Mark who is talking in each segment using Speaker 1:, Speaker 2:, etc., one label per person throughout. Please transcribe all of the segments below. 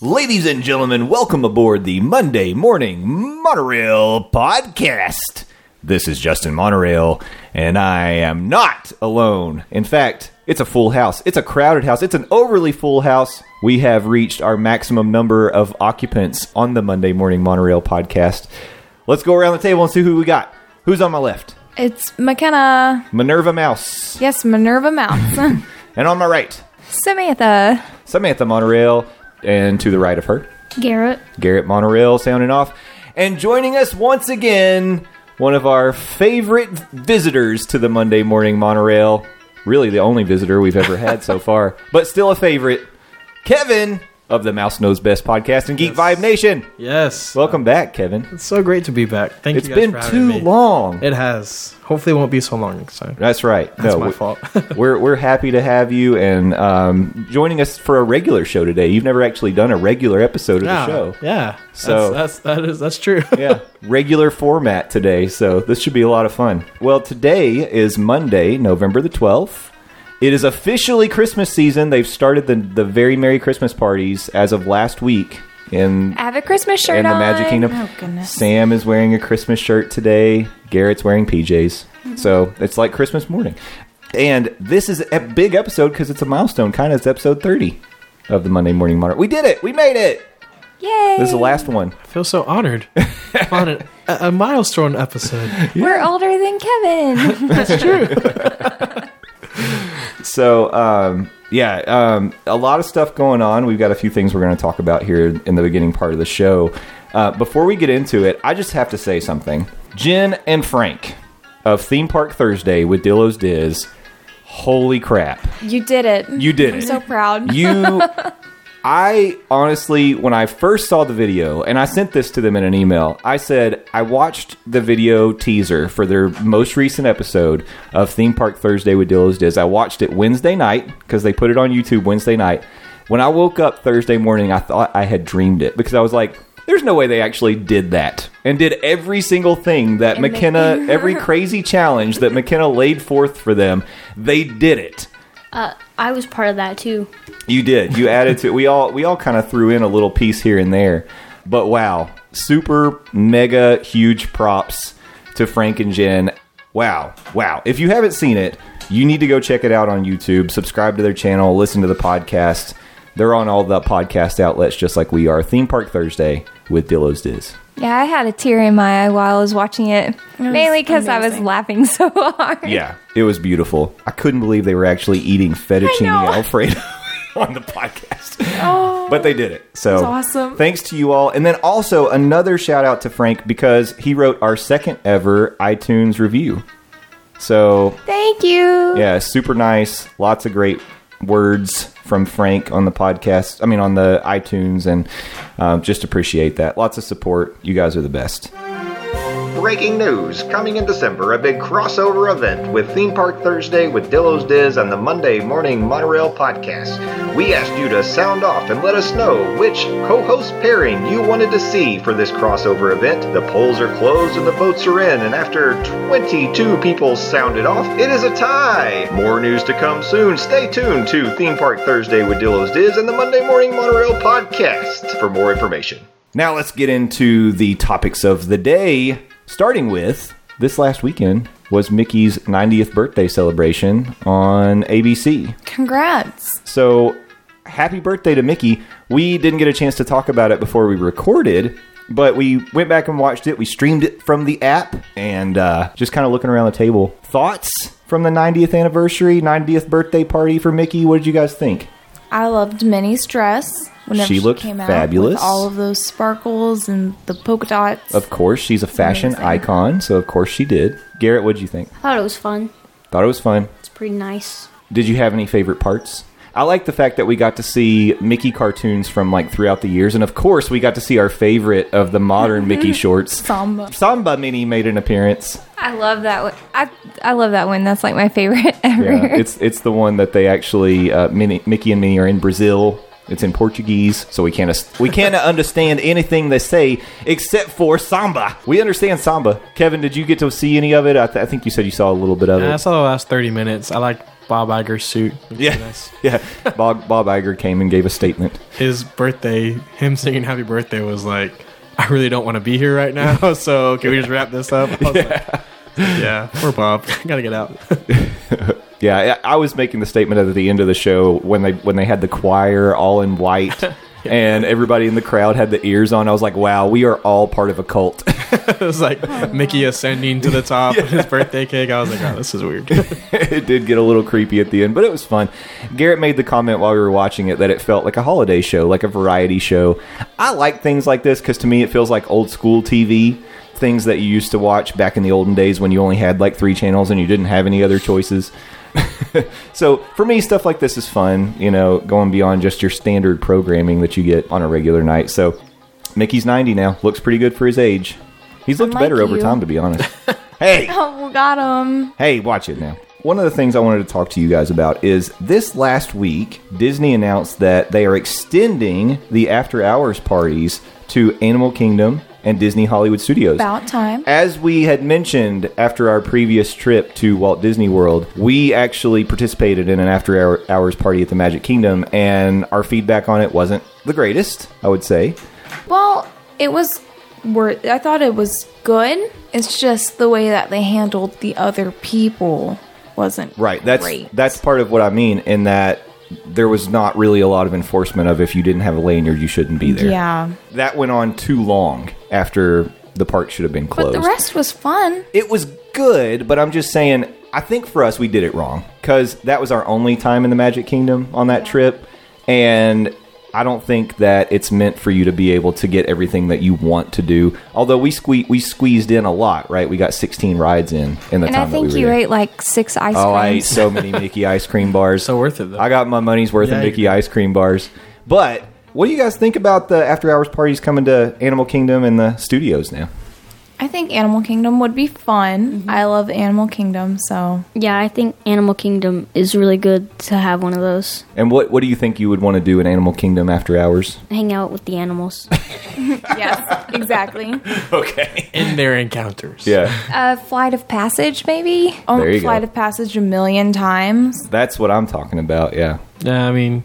Speaker 1: Ladies and gentlemen, welcome aboard the Monday Morning Monorail Podcast. This is Justin Monorail, and I am not alone. In fact, it's a full house. It's a crowded house. It's an overly full house. We have reached our maximum number of occupants on the Monday Morning Monorail Podcast. Let's go around the table and see who we got. Who's on my left?
Speaker 2: It's McKenna.
Speaker 1: Minerva Mouse.
Speaker 2: Yes, Minerva Mounts.
Speaker 1: And on my right,
Speaker 2: Samantha.
Speaker 1: Samantha Monorail. And to the right of her,
Speaker 3: Garrett.
Speaker 1: Garrett Monorail sounding off. And joining us once again, one of our favorite visitors to the Monday Morning Monorail. Really the only visitor we've ever had so far, but still a favorite. Kevin of the Mouse Knows Best podcast and Geek Vibe Nation.
Speaker 4: Yes.
Speaker 1: Welcome back, Kevin.
Speaker 4: It's so great to be back. Thank
Speaker 1: It's
Speaker 4: you guys
Speaker 1: been
Speaker 4: for having
Speaker 1: too
Speaker 4: me.
Speaker 1: long.
Speaker 4: It has. Hopefully, it won't be so long next time.
Speaker 1: That's right.
Speaker 4: That's
Speaker 1: no,
Speaker 4: my
Speaker 1: we-
Speaker 4: fault.
Speaker 1: we're we're happy to have you and um, joining us for a regular show today. You've never actually done a regular episode of
Speaker 4: yeah.
Speaker 1: the show.
Speaker 4: Yeah.
Speaker 1: So-
Speaker 4: that's, that's that is that's true.
Speaker 1: yeah, regular format today, so this should be a lot of fun. Well, today is Monday, November the 12th. It is officially Christmas season. They've started the, the very Merry Christmas parties as of last week in,
Speaker 2: I have a Christmas shirt
Speaker 1: in the
Speaker 2: on.
Speaker 1: Magic Kingdom.
Speaker 2: Oh, goodness.
Speaker 1: Sam is wearing a Christmas shirt today, Garrett's wearing PJs.
Speaker 2: Mm-hmm.
Speaker 1: So it's like Christmas morning. And this is a big episode because it's a milestone, kind of. It's episode 30 of the Monday Morning Monitor. We did it! We made it!
Speaker 2: Yay.
Speaker 1: This is the last one.
Speaker 4: I feel so honored. Honored. A, a milestone episode.
Speaker 2: We're older than Kevin.
Speaker 1: So, um, yeah, um, a lot of stuff going on. We've got a few things we're going to talk about here in the beginning part of the show. Uh, before we get into it, I just have to say something. Jen and Frank of Theme Park Thursday with Dillo's Diz. Holy crap.
Speaker 2: you did it.
Speaker 1: You did
Speaker 2: I'm
Speaker 1: it.
Speaker 2: so proud.
Speaker 1: You, I honestly, when I first saw the video, and I sent this to them in an email, I said, I watched the video teaser for their most recent episode of Theme Park Thursday with Dillo's Diz. I watched it Wednesday night because they put it on YouTube Wednesday night. When I woke up Thursday morning, I thought I had dreamed it because I was like, there's no way they actually did that and did every single thing that
Speaker 2: they-
Speaker 1: McKenna, every crazy challenge that McKenna laid forth for them, they did it.
Speaker 3: Uh, I was part of that too.
Speaker 1: You did. You added to it. We all we all kind of threw in a little piece here and there. But wow, super mega huge props to Frank and Jen. Wow. Wow. If you haven't seen it, you need to go check it out on YouTube, subscribe to their channel, listen to the podcast. They're on all the podcast outlets just like we are. Theme Park Thursday with Dillo's Diz.
Speaker 2: yeah, I had a tear in my eye while I was watching it, mainly because I was laughing so hard.
Speaker 1: Yeah. It was beautiful. I couldn't believe they were actually eating
Speaker 2: I
Speaker 1: fettuccine
Speaker 2: know. Oh,
Speaker 1: alfredo on the podcast. but they did it. So
Speaker 2: That's awesome.
Speaker 1: Thanks to you all. And then also another shout out to Frank because he wrote our second ever iTunes review. So
Speaker 2: Thank you.
Speaker 1: yeah, super nice. Lots of great words from Frank on the podcast. I mean, on the iTunes, and um, just appreciate that. Lots of support. You guys are the best.
Speaker 5: Breaking news coming in December, a big crossover event with Theme Park Thursday with Dillo's Diz and the Monday Morning Monorail podcast. We asked you to sound off and let us know which co host pairing you wanted to see for this crossover event. The polls are closed and the votes are in, and after 22 people sounded off, it is a tie. More news to come soon. Stay tuned to Theme Park Thursday with Dillo's Diz and the Monday Morning Monorail podcast for more information.
Speaker 1: Now let's get into the topics of the day, starting with this last weekend was Mickey's 90th birthday celebration on ABC.
Speaker 2: Congrats.
Speaker 1: So, happy birthday to Mickey. We didn't get a chance to talk about it before we recorded, but we went back and watched it. We streamed it from the app and uh, just kind of looking around the table. Thoughts from the 90th anniversary, 90th birthday party for Mickey? What did you guys think?
Speaker 2: I loved Minnie's dress.
Speaker 6: Whenever
Speaker 1: She looked
Speaker 6: came out
Speaker 1: fabulous.
Speaker 6: With all of those sparkles and the polka dots.
Speaker 1: Of course, she's a fashion
Speaker 6: Amazing.
Speaker 1: icon, so of course she did. Garrett, what'd you think?
Speaker 3: I thought it was fun.
Speaker 1: Thought it was fun.
Speaker 3: It's pretty nice.
Speaker 1: Did you have any favorite parts? I like the fact that we got to see Mickey cartoons from like throughout the years, and of course, we got to see our favorite of the modern Mickey shorts.
Speaker 6: Samba.
Speaker 1: Samba Mini made an appearance.
Speaker 2: I love that one. I, I love that one. That's like my favorite ever.
Speaker 1: Yeah, it's it's the one that they actually uh, Minnie, Mickey and Minnie are in Brazil. It's in Portuguese, so we can't as- we can't understand anything they say except for samba. We understand samba. Kevin, did you get to see any of it? I, th- I think you said you saw a little bit of
Speaker 4: And I
Speaker 1: it.
Speaker 4: saw the last 30 minutes. I like Bob Iger's suit.
Speaker 1: Yeah, yeah. Bob Bob Iger came and gave a statement.
Speaker 4: His birthday, him singing happy birthday was like, I really don't want to be here right now. So can we just wrap this up? I was like, yeah, poor Bob. Gotta get out.
Speaker 1: Yeah, I I was making the statement at the end of the show when they when they had the choir all in white. And everybody in the crowd had the ears on. I was like, "Wow, we are all part of a cult."
Speaker 4: it was like Mickey ascending to the top of his birthday cake. I was like, oh, this is weird.
Speaker 1: it did get a little creepy at the end, but it was fun. Garrett made the comment while we were watching it that it felt like a holiday show, like a variety show. I like things like this because to me it feels like old school TV, things that you used to watch back in the olden days when you only had like three channels and you didn't have any other choices. so for me, stuff like this is fun, you know, going beyond just your standard programming that you get on a regular night. So Mickey's 90 now, looks pretty good for his age. He's looked
Speaker 6: Unlike
Speaker 1: better over
Speaker 6: you.
Speaker 1: time, to be honest. hey!
Speaker 6: Oh, we got him.
Speaker 1: Hey, watch it now. One of the things I wanted to talk to you guys about is this last week, Disney announced that they are extending the after hours parties to Animal Kingdom and Disney Hollywood Studios.
Speaker 6: About time.
Speaker 1: As we had mentioned after our previous trip to Walt Disney World, we actually participated in an after hour, hours party at the Magic Kingdom, and our feedback on it wasn't the greatest, I would say.
Speaker 6: Well, it was worth. I thought it was good. It's just the way that they handled the other people wasn't
Speaker 1: Right. That's
Speaker 6: great.
Speaker 1: that's part of what I mean in that there was not really a lot of enforcement of if you didn't have a lanyard, you shouldn't be there.
Speaker 6: yeah.
Speaker 1: That went on too long after the park should have been
Speaker 6: But
Speaker 1: closed.
Speaker 6: the rest was fun.
Speaker 1: it was good, but I'm just saying I think for us we did it wrong cuz that was our only time in the Magic Kingdom on that trip and I don't think that it's meant for you to be able to get everything that you want to do. Although we sque- we squeezed in a lot, right? We got 16 rides in in the
Speaker 2: and
Speaker 1: time that
Speaker 2: I
Speaker 1: we
Speaker 2: think
Speaker 1: were
Speaker 2: you
Speaker 1: there.
Speaker 2: ate like six ice
Speaker 1: Oh, I ate
Speaker 2: creams.
Speaker 1: so many Mickey ice cream bars.
Speaker 4: So worth it, though.
Speaker 1: I got my money's worth
Speaker 4: Yeah,
Speaker 1: of
Speaker 4: you
Speaker 1: Mickey
Speaker 4: did.
Speaker 1: ice cream bars. But what do you guys think about the after hours parties coming to Animal Kingdom and the studios now?
Speaker 6: I think Animal Kingdom would be fun. I love Animal Kingdom, so
Speaker 3: Yeah, I think Animal Kingdom is really good to have one of those.
Speaker 1: And what, what do you think you would want to do in Animal Kingdom after hours?
Speaker 3: Hang out with the animals.
Speaker 6: yes, exactly.
Speaker 1: Okay.
Speaker 4: In their encounters.
Speaker 1: Yeah,
Speaker 2: A flight of passage, maybe.
Speaker 6: Oh,
Speaker 1: There you
Speaker 6: Flight
Speaker 1: go.
Speaker 6: of Passage a million times.
Speaker 1: that's what I'm talking about. Yeah.
Speaker 4: Yeah, I mean,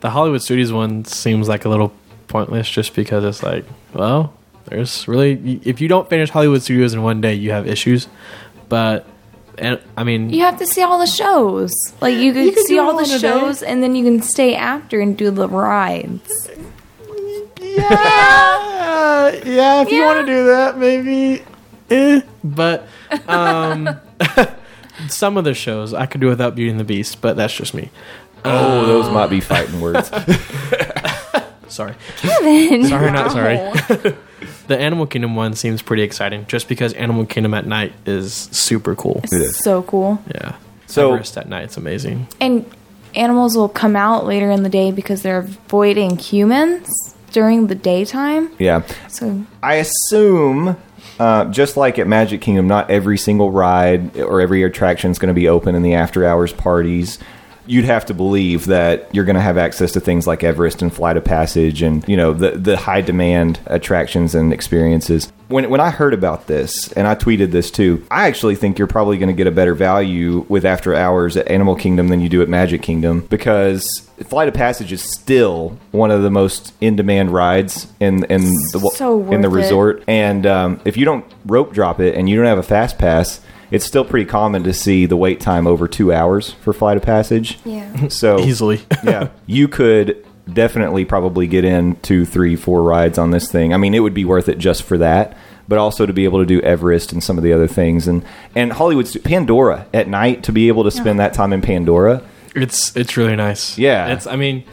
Speaker 4: the Hollywood Studios one seems like a little pointless just because it's like, well, there's really if you don't finish Hollywood Studios in one day, you have issues. But and I mean,
Speaker 6: You have to see all the shows. Like you could,
Speaker 3: You could
Speaker 6: see
Speaker 3: do
Speaker 6: all
Speaker 3: it all
Speaker 6: the
Speaker 3: in a
Speaker 6: shows, and then you can stay after and do the rides.
Speaker 4: Uh, yeah, if you
Speaker 6: Yeah.
Speaker 4: want to do that, maybe. Eh. But um, some of the shows I could do without Beauty and the Beast, but that's just me.
Speaker 1: Oh, those might be fighting words.
Speaker 4: Sorry. Sorry, not sorry. the Animal Kingdom one seems pretty exciting just because Animal Kingdom at night is super cool.
Speaker 1: is.
Speaker 6: So cool.
Speaker 4: Yeah.
Speaker 1: So-
Speaker 4: Everest at night, it's amazing.
Speaker 6: And animals will come out later in the day because they're avoiding humans during the daytime.
Speaker 1: yeah.
Speaker 6: So
Speaker 1: I assume, uh, just like at Magic Kingdom, not every single ride or every attraction is going to be open in the after hours parties. You'd have to believe that you're going to have access to things like Everest and Flight of Passage, and you know the the high demand attractions and experiences. When when I heard about this, and I tweeted this too, I actually think you're probably going to get a better value with after hours at Animal Kingdom than you do at Magic Kingdom because Flight of Passage is still one of the most in demand rides in in the
Speaker 6: So
Speaker 1: in the
Speaker 6: worth it.
Speaker 1: resort and um, if you don't rope drop it and you don't have a fast pass, it's still pretty common to see the wait time over two hours for Flight of Passage.
Speaker 2: Yeah.
Speaker 1: So
Speaker 4: Easily.
Speaker 1: yeah, you could definitely probably get in two, three, four rides on this thing. I mean, it would be worth it just for that, but also to be able to do Everest and some of the other things and and Hollywood's Pandora at night to be able to spend that time in Pandora.
Speaker 4: It's it's really nice.
Speaker 1: Yeah.
Speaker 4: It's I mean,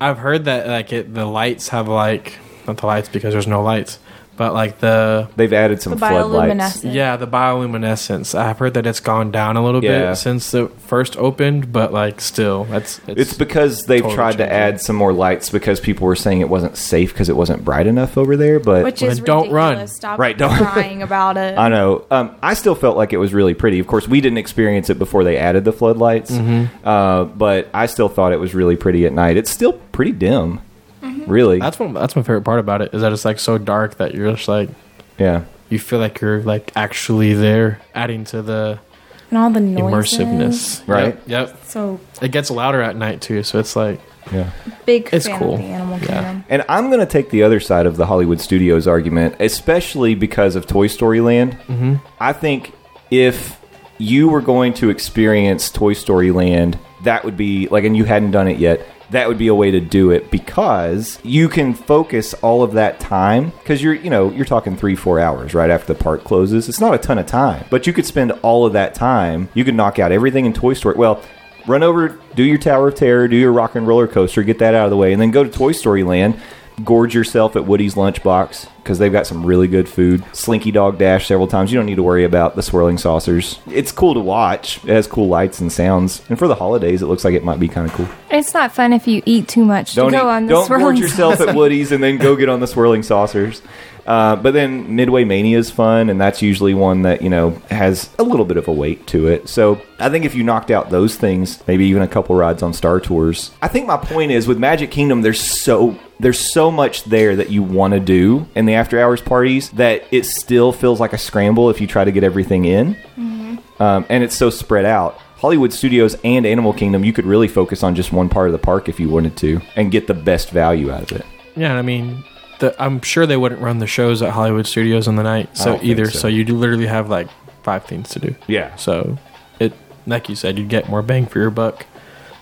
Speaker 4: I've heard that like it, the lights have like not the lights because there's no lights, but like the
Speaker 1: They've added some
Speaker 6: The
Speaker 1: floodlights.
Speaker 6: bioluminescent.
Speaker 4: yeah the bioluminescence. I've heard that it's gone down a little
Speaker 1: Yeah.
Speaker 4: bit since it first opened, but like still that's
Speaker 1: It's because they've
Speaker 4: Totally
Speaker 1: tried to
Speaker 4: changing.
Speaker 1: add some more lights because people were saying it wasn't safe because it wasn't bright enough over there. But
Speaker 6: Which
Speaker 4: Well,
Speaker 6: is
Speaker 4: then don't run.
Speaker 6: ridiculous. Stop
Speaker 1: Right, don't-
Speaker 6: crying about it.
Speaker 1: I know. Um, I still felt like it was really pretty. Of course, we didn't experience it before they added the floodlights,
Speaker 4: Mm-hmm.
Speaker 1: uh, but I still thought it was really pretty at night. It's still pretty dim, really.
Speaker 4: that's one that's my favorite part about it is that it's like so dark that you're just like
Speaker 1: yeah.
Speaker 4: you feel like you're like actually there, adding to the
Speaker 6: and all the noises.
Speaker 4: immersiveness.
Speaker 1: Right.
Speaker 4: Yep. yep.
Speaker 6: So
Speaker 4: It gets louder at night too, so it's like
Speaker 1: Yeah.
Speaker 6: big
Speaker 4: It's
Speaker 6: fan
Speaker 4: cool.
Speaker 6: of the animal kingdom.
Speaker 1: And I'm going to take the other side of the Hollywood Studios argument, especially because of Toy Story Land. Mm-hmm. I think if you were going to experience Toy Story Land, that would be like, and you hadn't done it yet, that would be a way to do it because you can focus all of that time because you're, you know, you're talking three, four hours right after the park closes. It's not a ton of time, but you could spend all of that time. You could knock out everything in Toy Story. Well, run over, do your Tower of Terror, do your Rock and Roller Coaster, get that out of the way, and then go to Toy Story Land. Gorge yourself at Woody's Lunchbox because they've got some really good food. Slinky Dog Dash several times. You don't need to worry about the swirling saucers. It's cool to watch. It has cool lights and sounds. And for the holidays, it looks like it might be kind of cool.
Speaker 2: It's not fun if you eat too much
Speaker 1: Don't
Speaker 2: to go
Speaker 1: eat-
Speaker 2: on the
Speaker 1: don't
Speaker 2: swirling
Speaker 1: gorge yourself at Woody's and then go get on the swirling saucers. Uh, but then Midway Mania is fun, and that's usually one that you know has a little bit of a weight to it. So I think if you knocked out those things, maybe even a couple rides on Star Tours. I think my point is with Magic Kingdom, there's so there's so much there that you want to do in the after hours parties that it still feels like a scramble if you try to get everything in um, and it's so spread out. Hollywood Studios and Animal Kingdom, you could really focus on just one part of the park if you wanted to, and get the best value out of it.
Speaker 4: Yeah, I mean, the, I'm sure they wouldn't run the shows at Hollywood Studios on the night.
Speaker 1: don't
Speaker 4: So
Speaker 1: think
Speaker 4: either,
Speaker 1: so.
Speaker 4: so. you you literally have like five things to do.
Speaker 1: Yeah.
Speaker 4: So it, like you said, you'd get more bang for your buck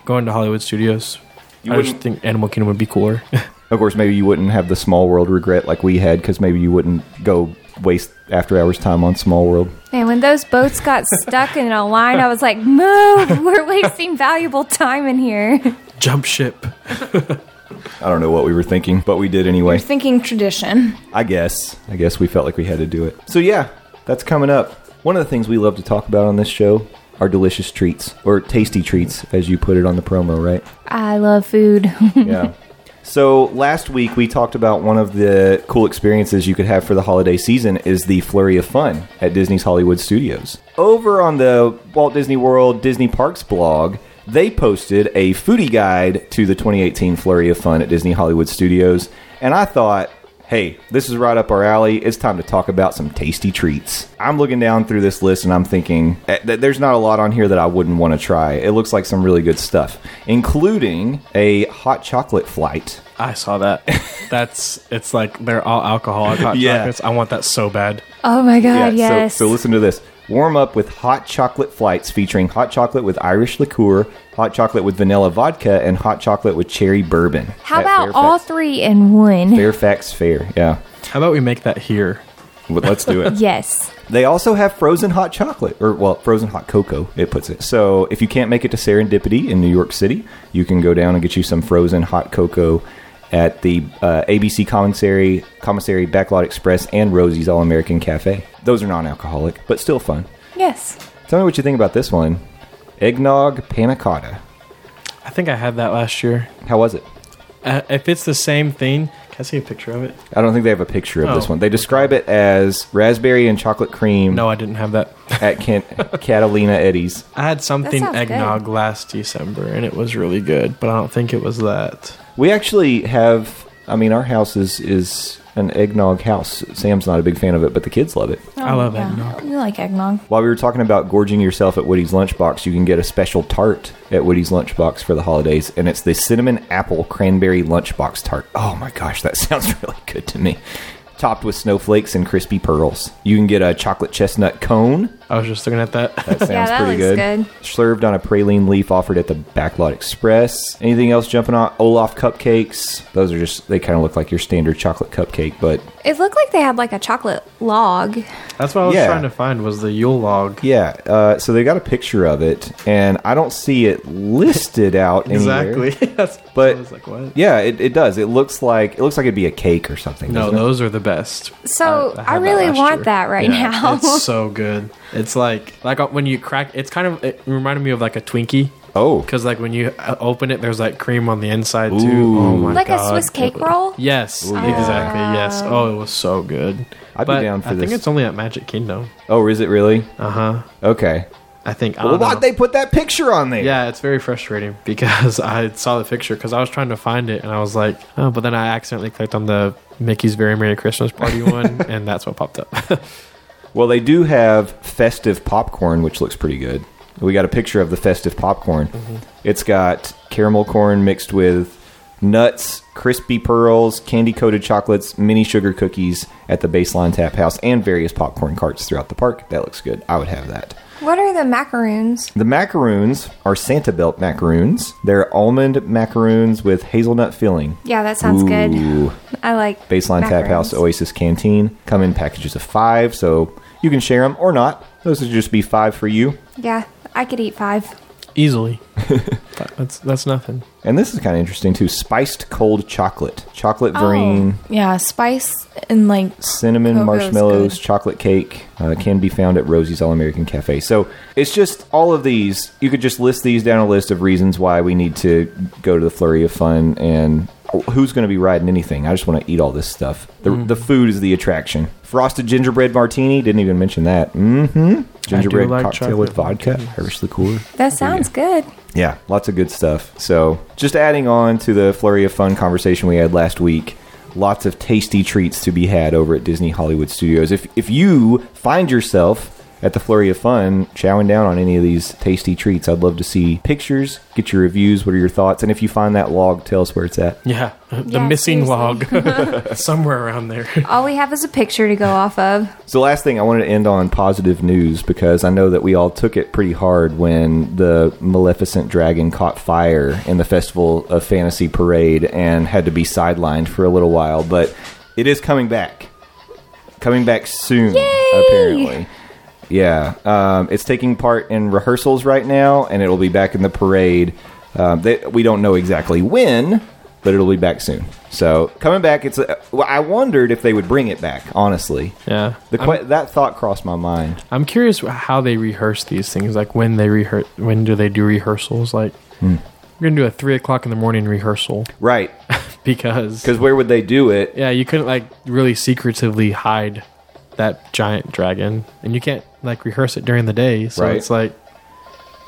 Speaker 4: going to Hollywood Studios.
Speaker 1: You
Speaker 4: I just
Speaker 1: wouldn't-
Speaker 4: think Animal Kingdom would be cooler.
Speaker 1: Of course, maybe you wouldn't have the Small World regret like we had, because maybe you wouldn't go waste after hours time on Small World.
Speaker 2: Man, when those boats got stuck in a line, I was like, move! We're wasting valuable time in here.
Speaker 4: Jump ship.
Speaker 1: I don't know what we were thinking, but we did anyway.
Speaker 6: You're thinking tradition.
Speaker 1: I guess. I guess we felt like we had to do it. So yeah, that's coming up. One of the things we love to talk about on this show are delicious treats or tasty treats, as you put it on the promo, right?
Speaker 2: I love food.
Speaker 1: yeah. So last week we talked about one of the cool experiences you could have for the holiday season is the flurry of fun at Disney's Hollywood Studios. Over on the Walt Disney World Disney Parks blog, they posted a foodie guide to the 2018 flurry of fun at Disney Hollywood Studios, and I thought, hey, this is right up our alley. It's time to talk about some tasty treats. I'm looking down through this list and I'm thinking eh, that there's not a lot on here that I wouldn't want to try. It looks like some really good stuff, including a hot chocolate flight.
Speaker 4: I saw that. That's it's like they're all alcoholic hot
Speaker 1: Yeah.
Speaker 4: chocolates. I want that so bad.
Speaker 2: Oh my god,
Speaker 1: so-
Speaker 2: yes.
Speaker 1: So, listen to this. Warm up with hot chocolate flights featuring hot chocolate with Irish liqueur, hot chocolate with vanilla vodka, and hot chocolate with cherry bourbon.
Speaker 2: How
Speaker 1: at
Speaker 2: about
Speaker 1: Fairfax-
Speaker 2: all three in one?
Speaker 1: Fairfax Fair? Yeah,
Speaker 4: How about we make that here?
Speaker 1: But let's do it.
Speaker 2: Yes.
Speaker 1: They also have frozen hot chocolate, or well, frozen hot cocoa, it puts it. So if you can't make it to Serendipity in New York City, you can go down and get you some frozen hot cocoa at the uh, ABC Commissary, Commissary Backlot Express, and Rosie's All American Cafe. Those are non alcoholic, but still fun.
Speaker 2: Yes.
Speaker 1: Tell me what you think about this one eggnog panna cotta.
Speaker 4: I think I had that last year.
Speaker 1: How was it?
Speaker 4: Uh, if it's the same thing, can I see a picture of it?
Speaker 1: I don't think they have a picture of this
Speaker 4: Oh.
Speaker 1: one. They describe it as raspberry and chocolate cream
Speaker 4: No, I didn't have that.
Speaker 1: at Kent, Catalina Eddie's.
Speaker 4: I had something
Speaker 2: sounds good.
Speaker 4: eggnog last December and it was really good, but I don't think it was that.
Speaker 1: We actually have. I mean, our house is is an eggnog house. Sam's not a big fan of it, but the kids love it.
Speaker 2: Oh,
Speaker 4: I love
Speaker 6: Yeah.
Speaker 4: eggnog.
Speaker 6: You like eggnog.
Speaker 1: While we were talking about gorging yourself at Woody's Lunchbox, you can get a special tart at Woody's Lunchbox for the holidays, and it's the cinnamon apple cranberry lunchbox tart. Oh my gosh, that sounds really good to me. Topped with snowflakes and crispy pearls. You can get a chocolate chestnut cone
Speaker 4: I was just looking at that.
Speaker 1: That sounds
Speaker 2: that
Speaker 1: pretty
Speaker 2: looks
Speaker 1: good.
Speaker 2: good.
Speaker 1: Served on a praline leaf offered at the Backlot Express. Anything else jumping on? Olaf cupcakes. Those are just they kind of look like your standard chocolate cupcake, but
Speaker 2: It looked like they had like a chocolate
Speaker 1: Oh
Speaker 2: log.
Speaker 4: That's what I was
Speaker 1: Yeah.
Speaker 4: trying to find was the Yule log.
Speaker 1: yeah. Uh, so they got a picture of it, and I don't see it listed out anywhere.
Speaker 4: Exactly. That's
Speaker 1: But
Speaker 4: I was like, what?
Speaker 1: Yeah, it, it does. It looks like it looks like it'd be a cake or something.
Speaker 4: No,
Speaker 1: doesn't it?
Speaker 4: those are the best.
Speaker 2: So I,
Speaker 4: had that
Speaker 2: really
Speaker 4: last
Speaker 2: want
Speaker 4: year.
Speaker 2: that right
Speaker 4: Yeah,
Speaker 2: now.
Speaker 4: it's so good. It's like like uh, when you crack. It's kind of it reminded me of like a Twinkie
Speaker 1: Oh,
Speaker 4: because like when you uh, open it, there's like cream on the inside too.
Speaker 1: Ooh.
Speaker 4: Oh my
Speaker 2: like
Speaker 4: god!
Speaker 2: a Swiss cake roll.
Speaker 4: Yes, exactly. Yes. Oh, it was so good.
Speaker 1: I'd be
Speaker 4: But
Speaker 1: down for
Speaker 4: I
Speaker 1: this.
Speaker 4: think it's only at Magic Kingdom.
Speaker 1: oh, is it really?
Speaker 4: Uh huh.
Speaker 1: Okay.
Speaker 4: I think. I
Speaker 1: Well,
Speaker 4: don't know.
Speaker 1: why'd they put that picture on there?
Speaker 4: Yeah, it's very frustrating because I saw the picture because I was trying to find it and I was like, oh, but then I accidentally clicked on the Mickey's Very Merry Christmas Party one and that's what popped up.
Speaker 1: Well, they do have festive popcorn, which looks pretty good. We got a picture of the festive popcorn. It's got caramel corn mixed with nuts, crispy pearls, candy coated chocolates, mini sugar cookies at the baseline tap house, and various popcorn carts throughout the park. That looks good. I would have that.
Speaker 2: What are the macaroons?
Speaker 1: The macaroons are Santa Belt macaroons. They're almond macaroons with hazelnut filling.
Speaker 2: Yeah, that sounds
Speaker 1: Oow.
Speaker 2: good. I like
Speaker 1: Baseline Tap House
Speaker 2: macaroons.
Speaker 1: Oasis Canteen come in packages of five, so you can share them or not. Those would just be five for you.
Speaker 2: Yeah, I could eat five.
Speaker 4: Easily. That- that's that's nothing.
Speaker 1: And this is kind of interesting too. Spiced cold chocolate, chocolate verine,
Speaker 6: Yeah, spice and like
Speaker 1: cinnamon
Speaker 6: Cocoa's
Speaker 1: marshmallows,
Speaker 6: good.
Speaker 1: chocolate cake uh, can be found at Rosie's All American Cafe. So it's just all of these. You could just list these down a list of reasons why we need to go to the flurry of fun and who's going to be riding anything. I just want to eat all this stuff. The,
Speaker 4: Mm-hmm.
Speaker 1: the food is the attraction. Frosted gingerbread martini. Didn't even mention that. Mm-hmm. Gingerbread
Speaker 4: like
Speaker 1: cocktail with
Speaker 4: chocolate
Speaker 1: vodka, Irish liqueur.
Speaker 2: That sounds good.
Speaker 1: Yeah, lots of good stuff. So, just adding on to the flurry of fun conversation we had last week, lots of tasty treats to be had over at Disney Hollywood Studios. If if you find yourself at the flurry of fun chowing down on any of these tasty treats, I'd love to see pictures, get your reviews, what are your thoughts, and if you find that log, tell us where it's at.
Speaker 4: Yeah. The
Speaker 2: Yeah,
Speaker 4: missing
Speaker 2: seriously.
Speaker 4: log somewhere around there.
Speaker 2: All we have is a picture to go off of.
Speaker 1: So, last thing I wanted to end on positive news because I know that we all took it pretty hard when the Maleficent dragon caught fire in the Festival of Fantasy parade and had to be sidelined for a little while, but it is coming back. Coming back soon, apparently. Yeah, um, it's taking part in rehearsals right now, and it'll be back in the parade. Um, they, we don't know exactly when, but it'll be back soon. So coming back, it's. A, well, I wondered if they would bring it back. Honestly,
Speaker 4: Yeah.
Speaker 1: The que- that thought crossed my mind.
Speaker 4: I'm curious how they rehearse these things. Like when they rehearse, when do they do rehearsals? Like
Speaker 1: Hmm.
Speaker 4: we're gonna do a three o'clock in the morning rehearsal
Speaker 1: Right,
Speaker 4: because
Speaker 1: because where would they do it?
Speaker 4: yeah, you couldn't like really secretively hide that giant dragon, and you can't like rehearse it during the day. So
Speaker 1: Right.
Speaker 4: it's like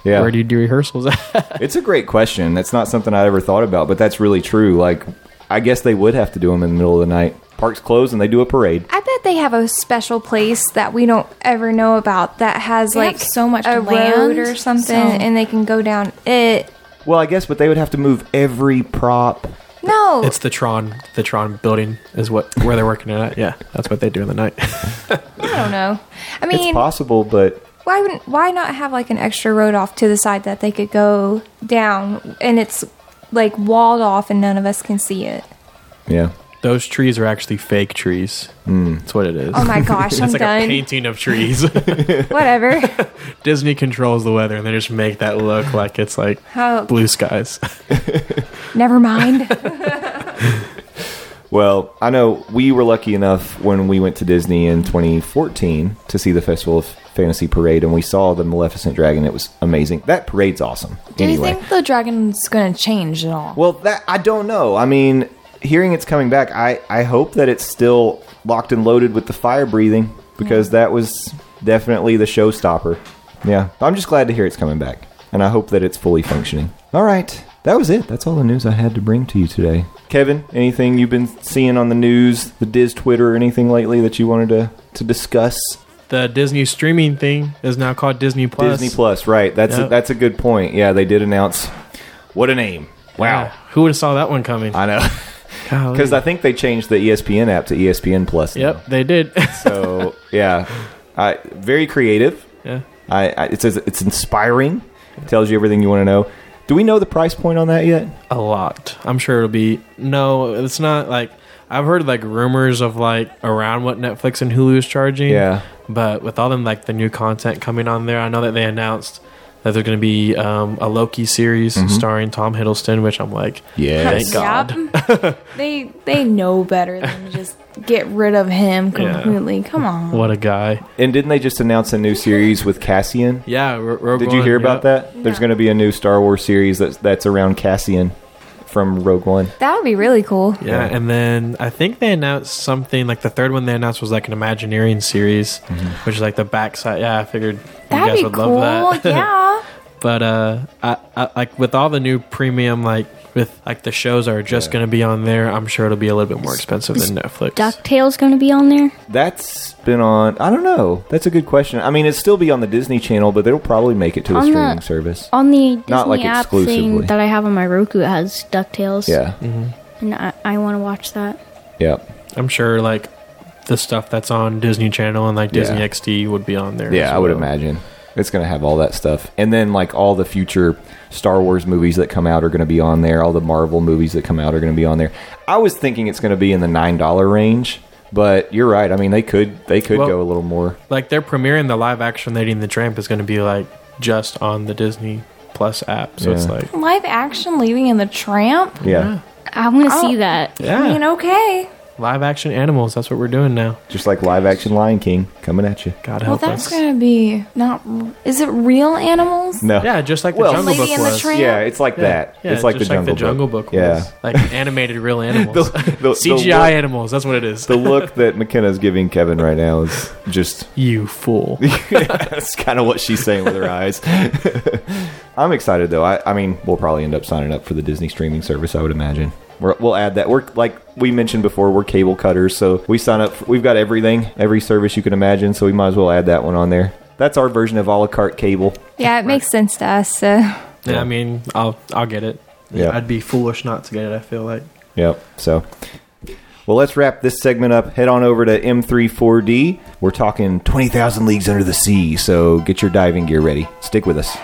Speaker 1: Yeah,
Speaker 4: where do you do rehearsals at?
Speaker 1: it's a great question. That's not something I ever thought about, but that's really true. Like, I guess they would have to do them in the middle of the night. Parks close and they do a parade.
Speaker 2: I bet they have a special place that we don't ever know about that has
Speaker 6: They have
Speaker 2: like
Speaker 6: so much
Speaker 2: a road
Speaker 6: land,
Speaker 2: or something,
Speaker 6: so-
Speaker 2: and they can go down it.
Speaker 1: Well, I guess, but they would have to move every prop.
Speaker 2: No,
Speaker 4: it's the Tron, the Tron building is what where they're working it at. Yeah, that's what they do in the night.
Speaker 2: I don't know. I
Speaker 1: it's
Speaker 2: mean,
Speaker 1: possible, but
Speaker 2: why wouldn't why not have like an extra road off to the side that they could go down, and it's like walled off, and none of us can see it.
Speaker 1: yeah.
Speaker 4: Those trees are actually fake trees.
Speaker 1: Hmm.
Speaker 4: That's what it is.
Speaker 2: Oh my gosh, I'm
Speaker 4: it's like a
Speaker 2: done.
Speaker 4: painting of trees.
Speaker 2: Whatever.
Speaker 4: Disney controls the weather, and they just make that look like it's like
Speaker 2: Oh,
Speaker 4: blue skies.
Speaker 2: never mind.
Speaker 1: Well, I know we were lucky enough when we went to Disney in 2014 to see the Festival of Fantasy Parade, and we saw the Maleficent Dragon. It was amazing. That parade's awesome.
Speaker 6: Do
Speaker 1: anyway,
Speaker 6: you think the dragon's gonna change at all?
Speaker 1: well, that I don't know. I mean, hearing it's coming back, I I hope that it's still locked and loaded with the fire breathing because that was definitely the showstopper. Yeah, I'm just glad to hear it's coming back, and I hope that it's fully functioning. All right. That was it. That's all the news I had to bring to you today. Kevin, anything you've been seeing on the news, the Diz Twitter, or anything lately that you wanted to, to discuss?
Speaker 4: the Disney streaming thing is now called Disney Plus.
Speaker 1: Disney Plus, right? That's a,
Speaker 4: Yep.
Speaker 1: that's a good point. Yeah, they did announce. What a name! Wow,
Speaker 4: Yeah. Who would have saw that one coming?
Speaker 1: I know.
Speaker 4: Golly.
Speaker 1: Because I think they changed the E ESPN app to ESPN Plus. now.
Speaker 4: Yep, they did.
Speaker 1: So yeah, I very creative.
Speaker 4: Yeah.
Speaker 1: I, I it says it's inspiring. Tells you everything you want to know. Do we know the price point on that yet?
Speaker 4: a lot. I'm sure it'll be no. It's not like I've heard like rumors of like around what Netflix and Hulu is charging.
Speaker 1: Yeah.
Speaker 4: but with all them like the new content coming on there, I know that they announced that there's going to be um, a Loki series
Speaker 1: Mm-hmm.
Speaker 4: starring Tom Hiddleston, which I'm like,
Speaker 1: Yes.
Speaker 4: thank God.
Speaker 6: Yep. they they know better than to just get rid of him
Speaker 4: Yeah.
Speaker 6: completely. Come on.
Speaker 4: What a guy!
Speaker 1: And didn't they just announce a new series with Cassian?
Speaker 4: Yeah, Ro- Rogue
Speaker 1: Did you
Speaker 4: One,
Speaker 1: hear about
Speaker 4: yep.
Speaker 1: that? There's going to be a new Star Wars series that's that's around Cassian from Rogue One.
Speaker 2: That would be really cool.
Speaker 4: Yeah, and then I think they announced something like the third one they announced was like an Imagineering series,
Speaker 1: Mm-hmm.
Speaker 4: which is like the backside. Yeah, I figured you
Speaker 6: That'd
Speaker 4: guys
Speaker 6: be
Speaker 4: would
Speaker 6: cool.
Speaker 4: love that.
Speaker 6: yeah.
Speaker 4: But uh, I, I like with all the new premium, like with like the shows that are just going to be on there. I'm sure it'll be a little bit more expensive than Netflix.
Speaker 3: Ducktales gonna be on there?
Speaker 1: That's been on. I don't know. That's a good question. I mean, it'd still be on the Disney Channel, but it'll probably make it to a
Speaker 3: On the-
Speaker 1: streaming service.
Speaker 3: On the Disney
Speaker 1: Not, like,
Speaker 3: app
Speaker 1: exclusively.
Speaker 3: thing that I have on my Roku, it has Ducktales.
Speaker 1: Yeah,
Speaker 4: Mm-hmm.
Speaker 3: and I, I want to watch that.
Speaker 1: yeah,
Speaker 4: I'm sure like the stuff that's on Disney Channel and like Disney
Speaker 1: Yeah.
Speaker 4: XD would be on there.
Speaker 1: yeah.
Speaker 4: as
Speaker 1: I would
Speaker 4: well.
Speaker 1: imagine it's going to have all that stuff, and then like all the future Star Wars movies that come out are going to be on there. All the Marvel movies that come out are going to be on there. I was thinking it's going to be in the nine dollar range, but you're right. I mean, they could they could
Speaker 4: Well-
Speaker 1: go a little more.
Speaker 4: Like they're premiering the live action Lady and the Tramp is going to be like just on the Disney Plus app. So it's
Speaker 1: Yeah.
Speaker 4: like
Speaker 6: Live action leaving in the tramp.
Speaker 1: Yeah,
Speaker 3: I want to
Speaker 6: Oh.
Speaker 3: see that.
Speaker 4: yeah,
Speaker 6: I mean, okay.
Speaker 4: live action animals. That's what we're doing now.
Speaker 1: just like live action Lion King coming at you.
Speaker 4: God
Speaker 6: Well,
Speaker 4: help
Speaker 6: that's
Speaker 4: us.
Speaker 6: gonna be not. Is it real animals?
Speaker 1: No,
Speaker 4: Yeah, just like the
Speaker 1: Well,
Speaker 4: Jungle
Speaker 6: Lady
Speaker 4: Book
Speaker 6: and the
Speaker 4: was.
Speaker 6: Tramp.
Speaker 1: Yeah, it's like that.
Speaker 4: Yeah,
Speaker 1: it's like the
Speaker 4: just
Speaker 1: Jungle
Speaker 4: Book.
Speaker 1: Book. Yeah.
Speaker 4: was. like animated real animals,
Speaker 1: The- the- the
Speaker 4: CGI
Speaker 1: look-
Speaker 4: animals. That's what it is.
Speaker 1: the look that McKenna's giving Kevin right now is just
Speaker 4: you fool.
Speaker 1: that's kind of what she's saying with her eyes. I'm excited though. I, I mean, we'll probably end up signing up for the Disney streaming service. I would imagine. We're, we'll add that. We're like we mentioned before. We're cable cutters, so we sign up. For, we've got everything, every service you can imagine. So we might as well add that one on there. That's our version of a la carte cable.
Speaker 2: Yeah, it makes sense to us. So
Speaker 4: Yeah, I mean, I'll I'll get it.
Speaker 1: Yeah.
Speaker 4: I'd be foolish not to get it. I feel like.
Speaker 1: Yep. So, well, let's wrap this segment up. Head on over to M34D. We're talking 20,000 Leagues Under the Sea. So get your diving gear ready. Stick with us.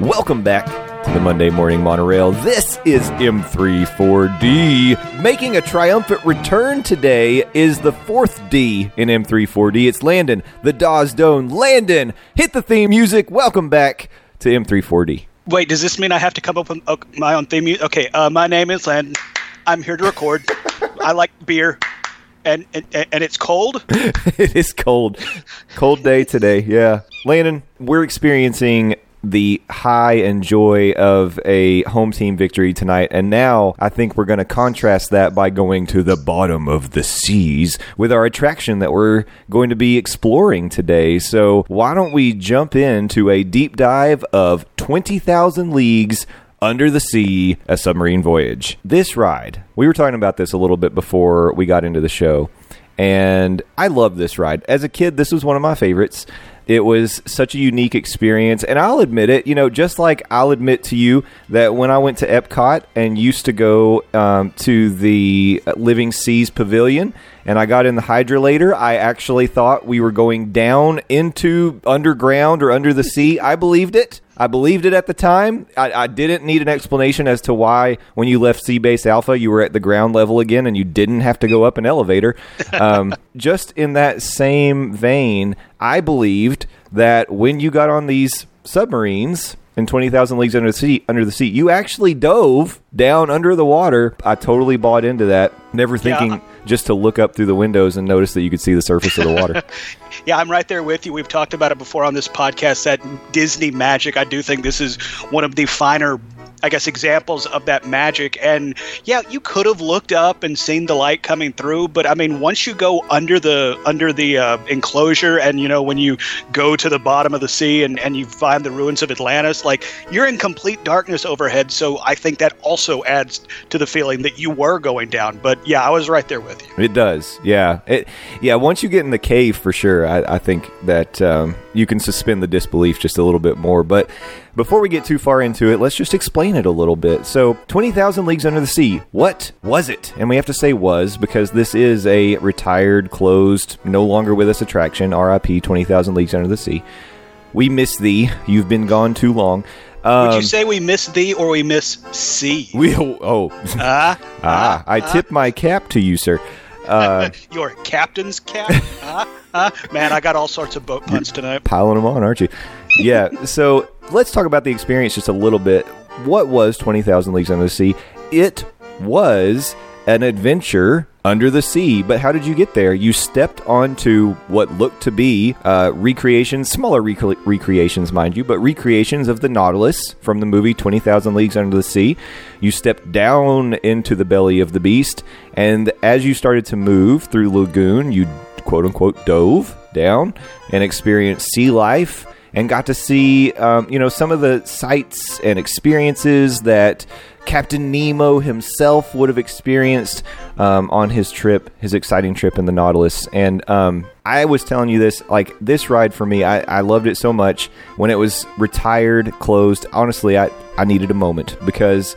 Speaker 1: Welcome back to the Monday Morning Monorail. This is M34D. Making a triumphant return today is the fourth D in M34D. It's Landon, the Dawes Doan. Landon, hit the theme music. Welcome back to M34D.
Speaker 7: Wait, does this mean I have to come up with ok- my own theme music? Okay, uh, my name is Landon. I'm here to record. I like beer, and and, and it's cold.
Speaker 1: it is cold. Cold day today. Yeah. Landon, we're experiencing the high and joy of a home team victory tonight. And now I think we're going to contrast that by going to the bottom of the seas with our attraction that we're going to be exploring today. So why don't we jump into a deep dive of 20,000 leagues under the sea, a submarine voyage. This ride, we were talking about this a little bit before we got into the show and I love this ride. As a kid, this was one of my favorites. It was such a unique experience, and I'll admit it. You know, just like I'll admit to you that when I went to Epcot and used to go um, to the Living Seas Pavilion, and I got in the hydrolator, I actually thought we were going down into underground or under the sea. I believed it. I believed it at the time. I, I didn't need an explanation as to why, when you left Sea Base Alpha, you were at the ground level again and you didn't have to go up an elevator. Um, just in that same vein, I believed that when you got on these submarines in 20,000 Leagues Under the Sea, under the sea, you actually dove down under the water. I totally bought into that, never thinking just to look up through the windows and notice that you could see the surface of the water.
Speaker 7: Yeah, I'm right there with you. We've talked about it before on this podcast. That Disney magic. I do think this is one of the finer I guess examples of that magic. And yeah, you could have looked up and seen the light coming through, but I mean, once you go under the under the uh, enclosure, and you know when you go to the bottom of the sea and and you find the ruins of Atlantis, like you're in complete darkness overhead. So I think that also adds to the feeling that you were going down. But yeah, I was right there with you.
Speaker 1: It does, yeah. It, yeah. Once you get in the cave, for sure, I, I think that um, you can suspend the disbelief just a little bit more. But before we get too far into it, let's just explain it a little bit. So, Twenty Thousand Leagues Under the Sea. What was it? And we have to say was because this is a retired, closed, no longer with us attraction. R.I.P. Twenty Thousand Leagues Under the Sea. We miss thee. You've been gone too long.
Speaker 7: Would
Speaker 1: Um,
Speaker 7: you say we miss thee or we miss C?
Speaker 1: we oh
Speaker 7: Ah,
Speaker 1: ah, I tip my cap to you, sir. Uh,
Speaker 7: your captain's cap? huh? Huh? Man, I got all sorts of boat puns tonight.
Speaker 1: piling them on, aren't you? Yeah. so let's talk about the experience just a little bit. What was 20,000 Leagues Under the Sea? It was an adventure under the sea. But how did you get there? You stepped onto what looked to be uh, recreations, smaller recre- recreations, mind you, but recreations of the Nautilus from the movie 20,000 Leagues Under the Sea. You stepped down into the belly of the beast. And as you started to move through Lagoon, you quote unquote dove down and experienced sea life and got to see um, you know some of the sights and experiences that captain nemo himself would have experienced um, on his trip his exciting trip in the nautilus and um, i was telling you this like this ride for me I, I loved it so much when it was retired closed honestly i, I needed a moment because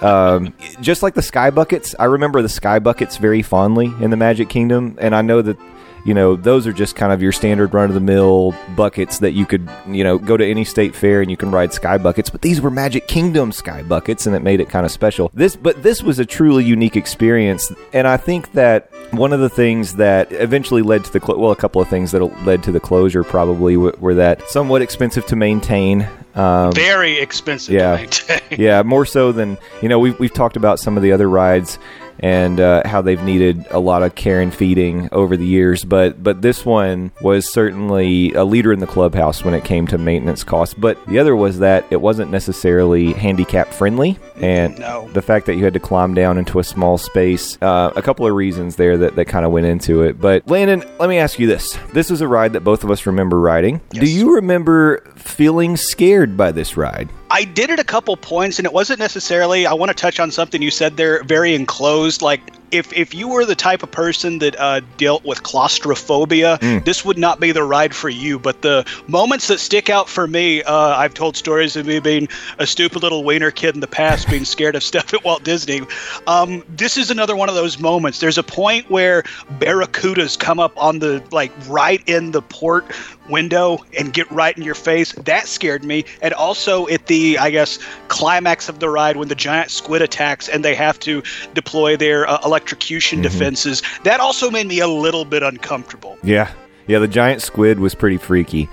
Speaker 1: um, just like the sky buckets, I remember the sky buckets very fondly in the Magic Kingdom, and I know that you know those are just kind of your standard run of the mill buckets that you could you know go to any state fair and you can ride sky buckets, but these were Magic Kingdom sky buckets, and it made it kind of special. This, but this was a truly unique experience, and I think that one of the things that eventually led to the clo- well, a couple of things that led to the closure probably w- were that somewhat expensive to maintain. Um,
Speaker 7: Very expensive
Speaker 1: Yeah.
Speaker 7: to maintain.
Speaker 1: yeah, more so than you know. We've we've talked about some of the other rides and uh, how they've needed a lot of care and feeding over the years, but but this one was certainly a leader in the clubhouse when it came to maintenance costs. But the other was that it wasn't necessarily handicap friendly, and
Speaker 7: No.
Speaker 1: the fact that you had to climb down into a small space, uh, a couple of reasons there that, that kind of went into it. But Landon, let me ask you this: This is a ride that both of us remember riding. Do you remember feeling scared by this ride?
Speaker 7: I did it a couple points, and it wasn't necessarily. I want to touch on something you said there, very enclosed. Like if if you were the type of person that uh, dealt with claustrophobia, this would not be the ride for you. But the moments that stick out for me, uh, I've told stories of me being a stupid little wiener kid in the past, being scared of stuff at Walt Disney. Um, this is another one of those moments. There's a point where barracudas come up on the like right in the port window and get right in your face. That scared me. And also at the, I guess, climax of the ride when the giant squid attacks and they have to deploy their uh, electrocution defenses, that also made me a little bit uncomfortable.
Speaker 1: Yeah. Yeah, the giant squid was pretty freaky.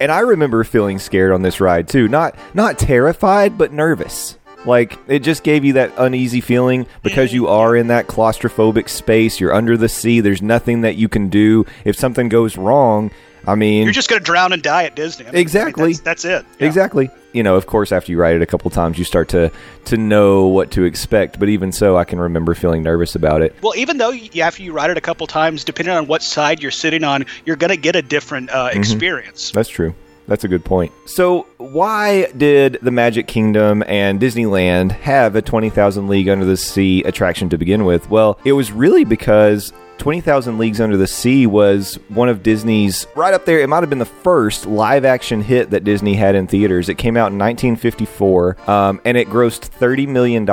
Speaker 1: And I remember feeling scared on this ride too. Not not terrified, but nervous. Like it just gave you that uneasy feeling because you are in that claustrophobic space, you're under the sea, there's nothing that you can do. If something goes wrong, I mean
Speaker 7: You're just going to drown and die at Disney. I mean,
Speaker 1: Exactly.
Speaker 7: That's, that's it. Yeah.
Speaker 1: Exactly. You know, of course, after you ride it a couple times, you start to to know what to expect. But even so, I can remember feeling nervous about it.
Speaker 7: Well, even though you, after you ride it a couple times, depending on what side you're sitting on, you're going to get a different uh, experience.
Speaker 1: That's true. That's a good point. So, why did the Magic Kingdom and Disneyland have a 20,000 League Under the Sea attraction to begin with? Well, it was really because 20,000 Leagues Under the Sea was one of Disney's right up there. It might have been the first live action hit that Disney had in theaters. It came out in 1954 um, and it grossed $30 million,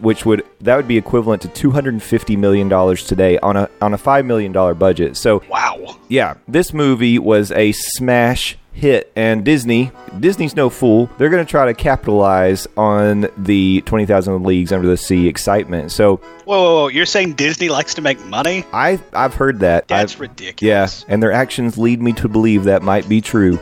Speaker 1: which would that would be equivalent to $250 million today on a, on a $5 million budget. So,
Speaker 7: Wow.
Speaker 1: yeah, this movie was a smash hit, and Disney, Disney's no fool. They're going to try to capitalize on the 20,000 Leagues Under the Sea excitement. So
Speaker 7: Whoa, whoa, whoa. You're saying Disney likes to make money?
Speaker 1: I, I've heard that.
Speaker 7: That's
Speaker 1: I've-
Speaker 7: ridiculous.
Speaker 1: Yeah, and their actions lead me to believe that might be true.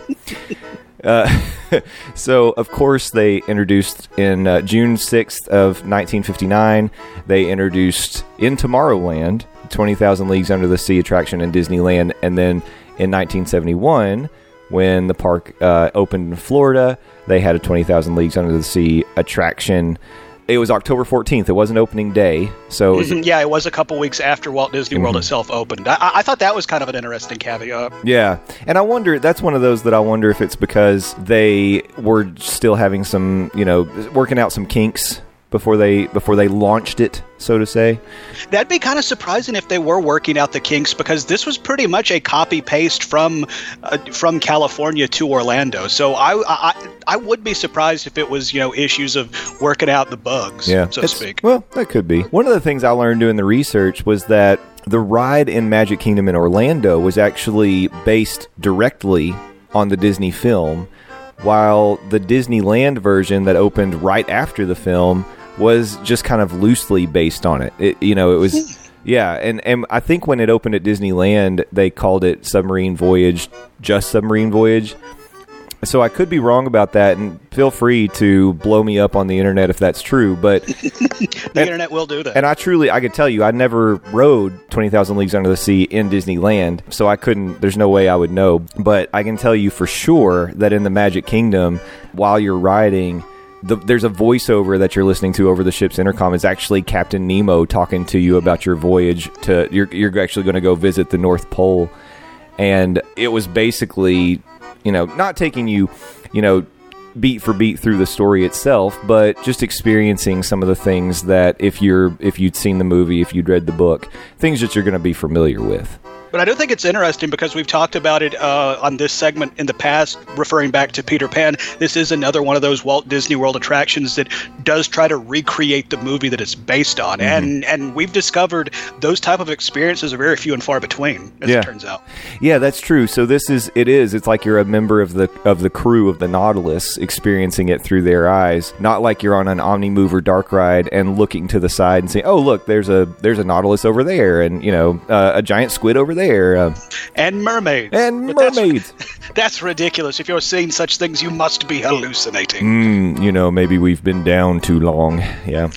Speaker 1: uh, so, of course, they introduced in uh, June 6th of 1959, they introduced in Tomorrowland 20,000 Leagues Under the Sea attraction in Disneyland, and then in 1971, when the park uh, opened in Florida. They had a 20,000 Leagues Under the Sea attraction. It was October 14th. It wasn't opening day. So it was Mm-hmm.
Speaker 7: Mhm, yeah, it was a couple weeks after Walt Disney World itself opened. I- I, I thought that was kind of an interesting caveat.
Speaker 1: Yeah. And I wonder, that's one of those that I wonder if it's because they were still having some, you know, working out some kinks before they before they launched it, so to say.
Speaker 7: That'd be kind of surprising if they were working out the kinks because this was pretty much a copy paste from uh, from California to Orlando. So I, I I- I would be surprised if it was you know issues of working out the bugs,
Speaker 1: Yeah.
Speaker 7: so to
Speaker 1: It's-
Speaker 7: speak.
Speaker 1: Well, that could be. One of the things I learned doing the research was that the ride in Magic Kingdom in Orlando was actually based directly on the Disney film, while the Disneyland version that opened right after the film was just kind of loosely based on it. it you know, it
Speaker 7: Hmm.
Speaker 1: was. Yeah, and, and I think when it opened at Disneyland, they called it Submarine Voyage, just Submarine Voyage. So I could be wrong about that, and feel free to blow me up on the internet if that's true. But
Speaker 7: The internet will do that.
Speaker 1: and I truly, I could tell you, I never rode 20,000 Leagues Under the Sea in Disneyland, so I couldn't, there's no way I would know. But I can tell you for sure that in the Magic Kingdom, while you're riding, the, there's a voiceover that you're listening to over the ship's intercom. It's actually Captain Nemo talking to you about your voyage to, you're, you're actually going to go visit the North Pole. And it was basically, you know, not taking you, you know, beat for beat through the story itself, but just experiencing some of the things that if you're if you'd seen the movie, if you'd read the book, things that you're going to be familiar with.
Speaker 7: But I do think it's interesting because we've talked about it uh, on this segment in the past, referring back to Peter Pan. This is another one of those Walt Disney World attractions that does try to recreate the movie that it's based on,
Speaker 1: Mm-hmm.
Speaker 7: and and we've discovered those type of experiences are very few and far between, as
Speaker 1: Yeah.
Speaker 7: it turns out.
Speaker 1: Yeah, that's true. So this is it is it's like you're a member of the of the crew of the Nautilus experiencing it through their eyes, not like you're on an Omnimover dark ride and looking to the side and saying, "Oh, look, there's a there's a Nautilus over there and, you know, uh, a giant squid over there." Uh,
Speaker 7: And mermaids.
Speaker 1: and
Speaker 7: But that's-
Speaker 1: mermaids.
Speaker 7: That's ridiculous. If you're seeing such things, you must be hallucinating.
Speaker 1: Mm, you know, maybe we've been down too long. Yeah.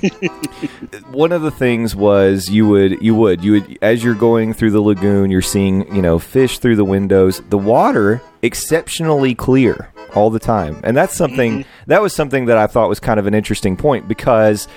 Speaker 1: One of the things was you would you would you would as you're going through the lagoon, you're seeing you know fish through the windows. The water exceptionally clear all the time, and that's something
Speaker 7: Mm-hmm.
Speaker 1: that was something that I thought was kind of an interesting point because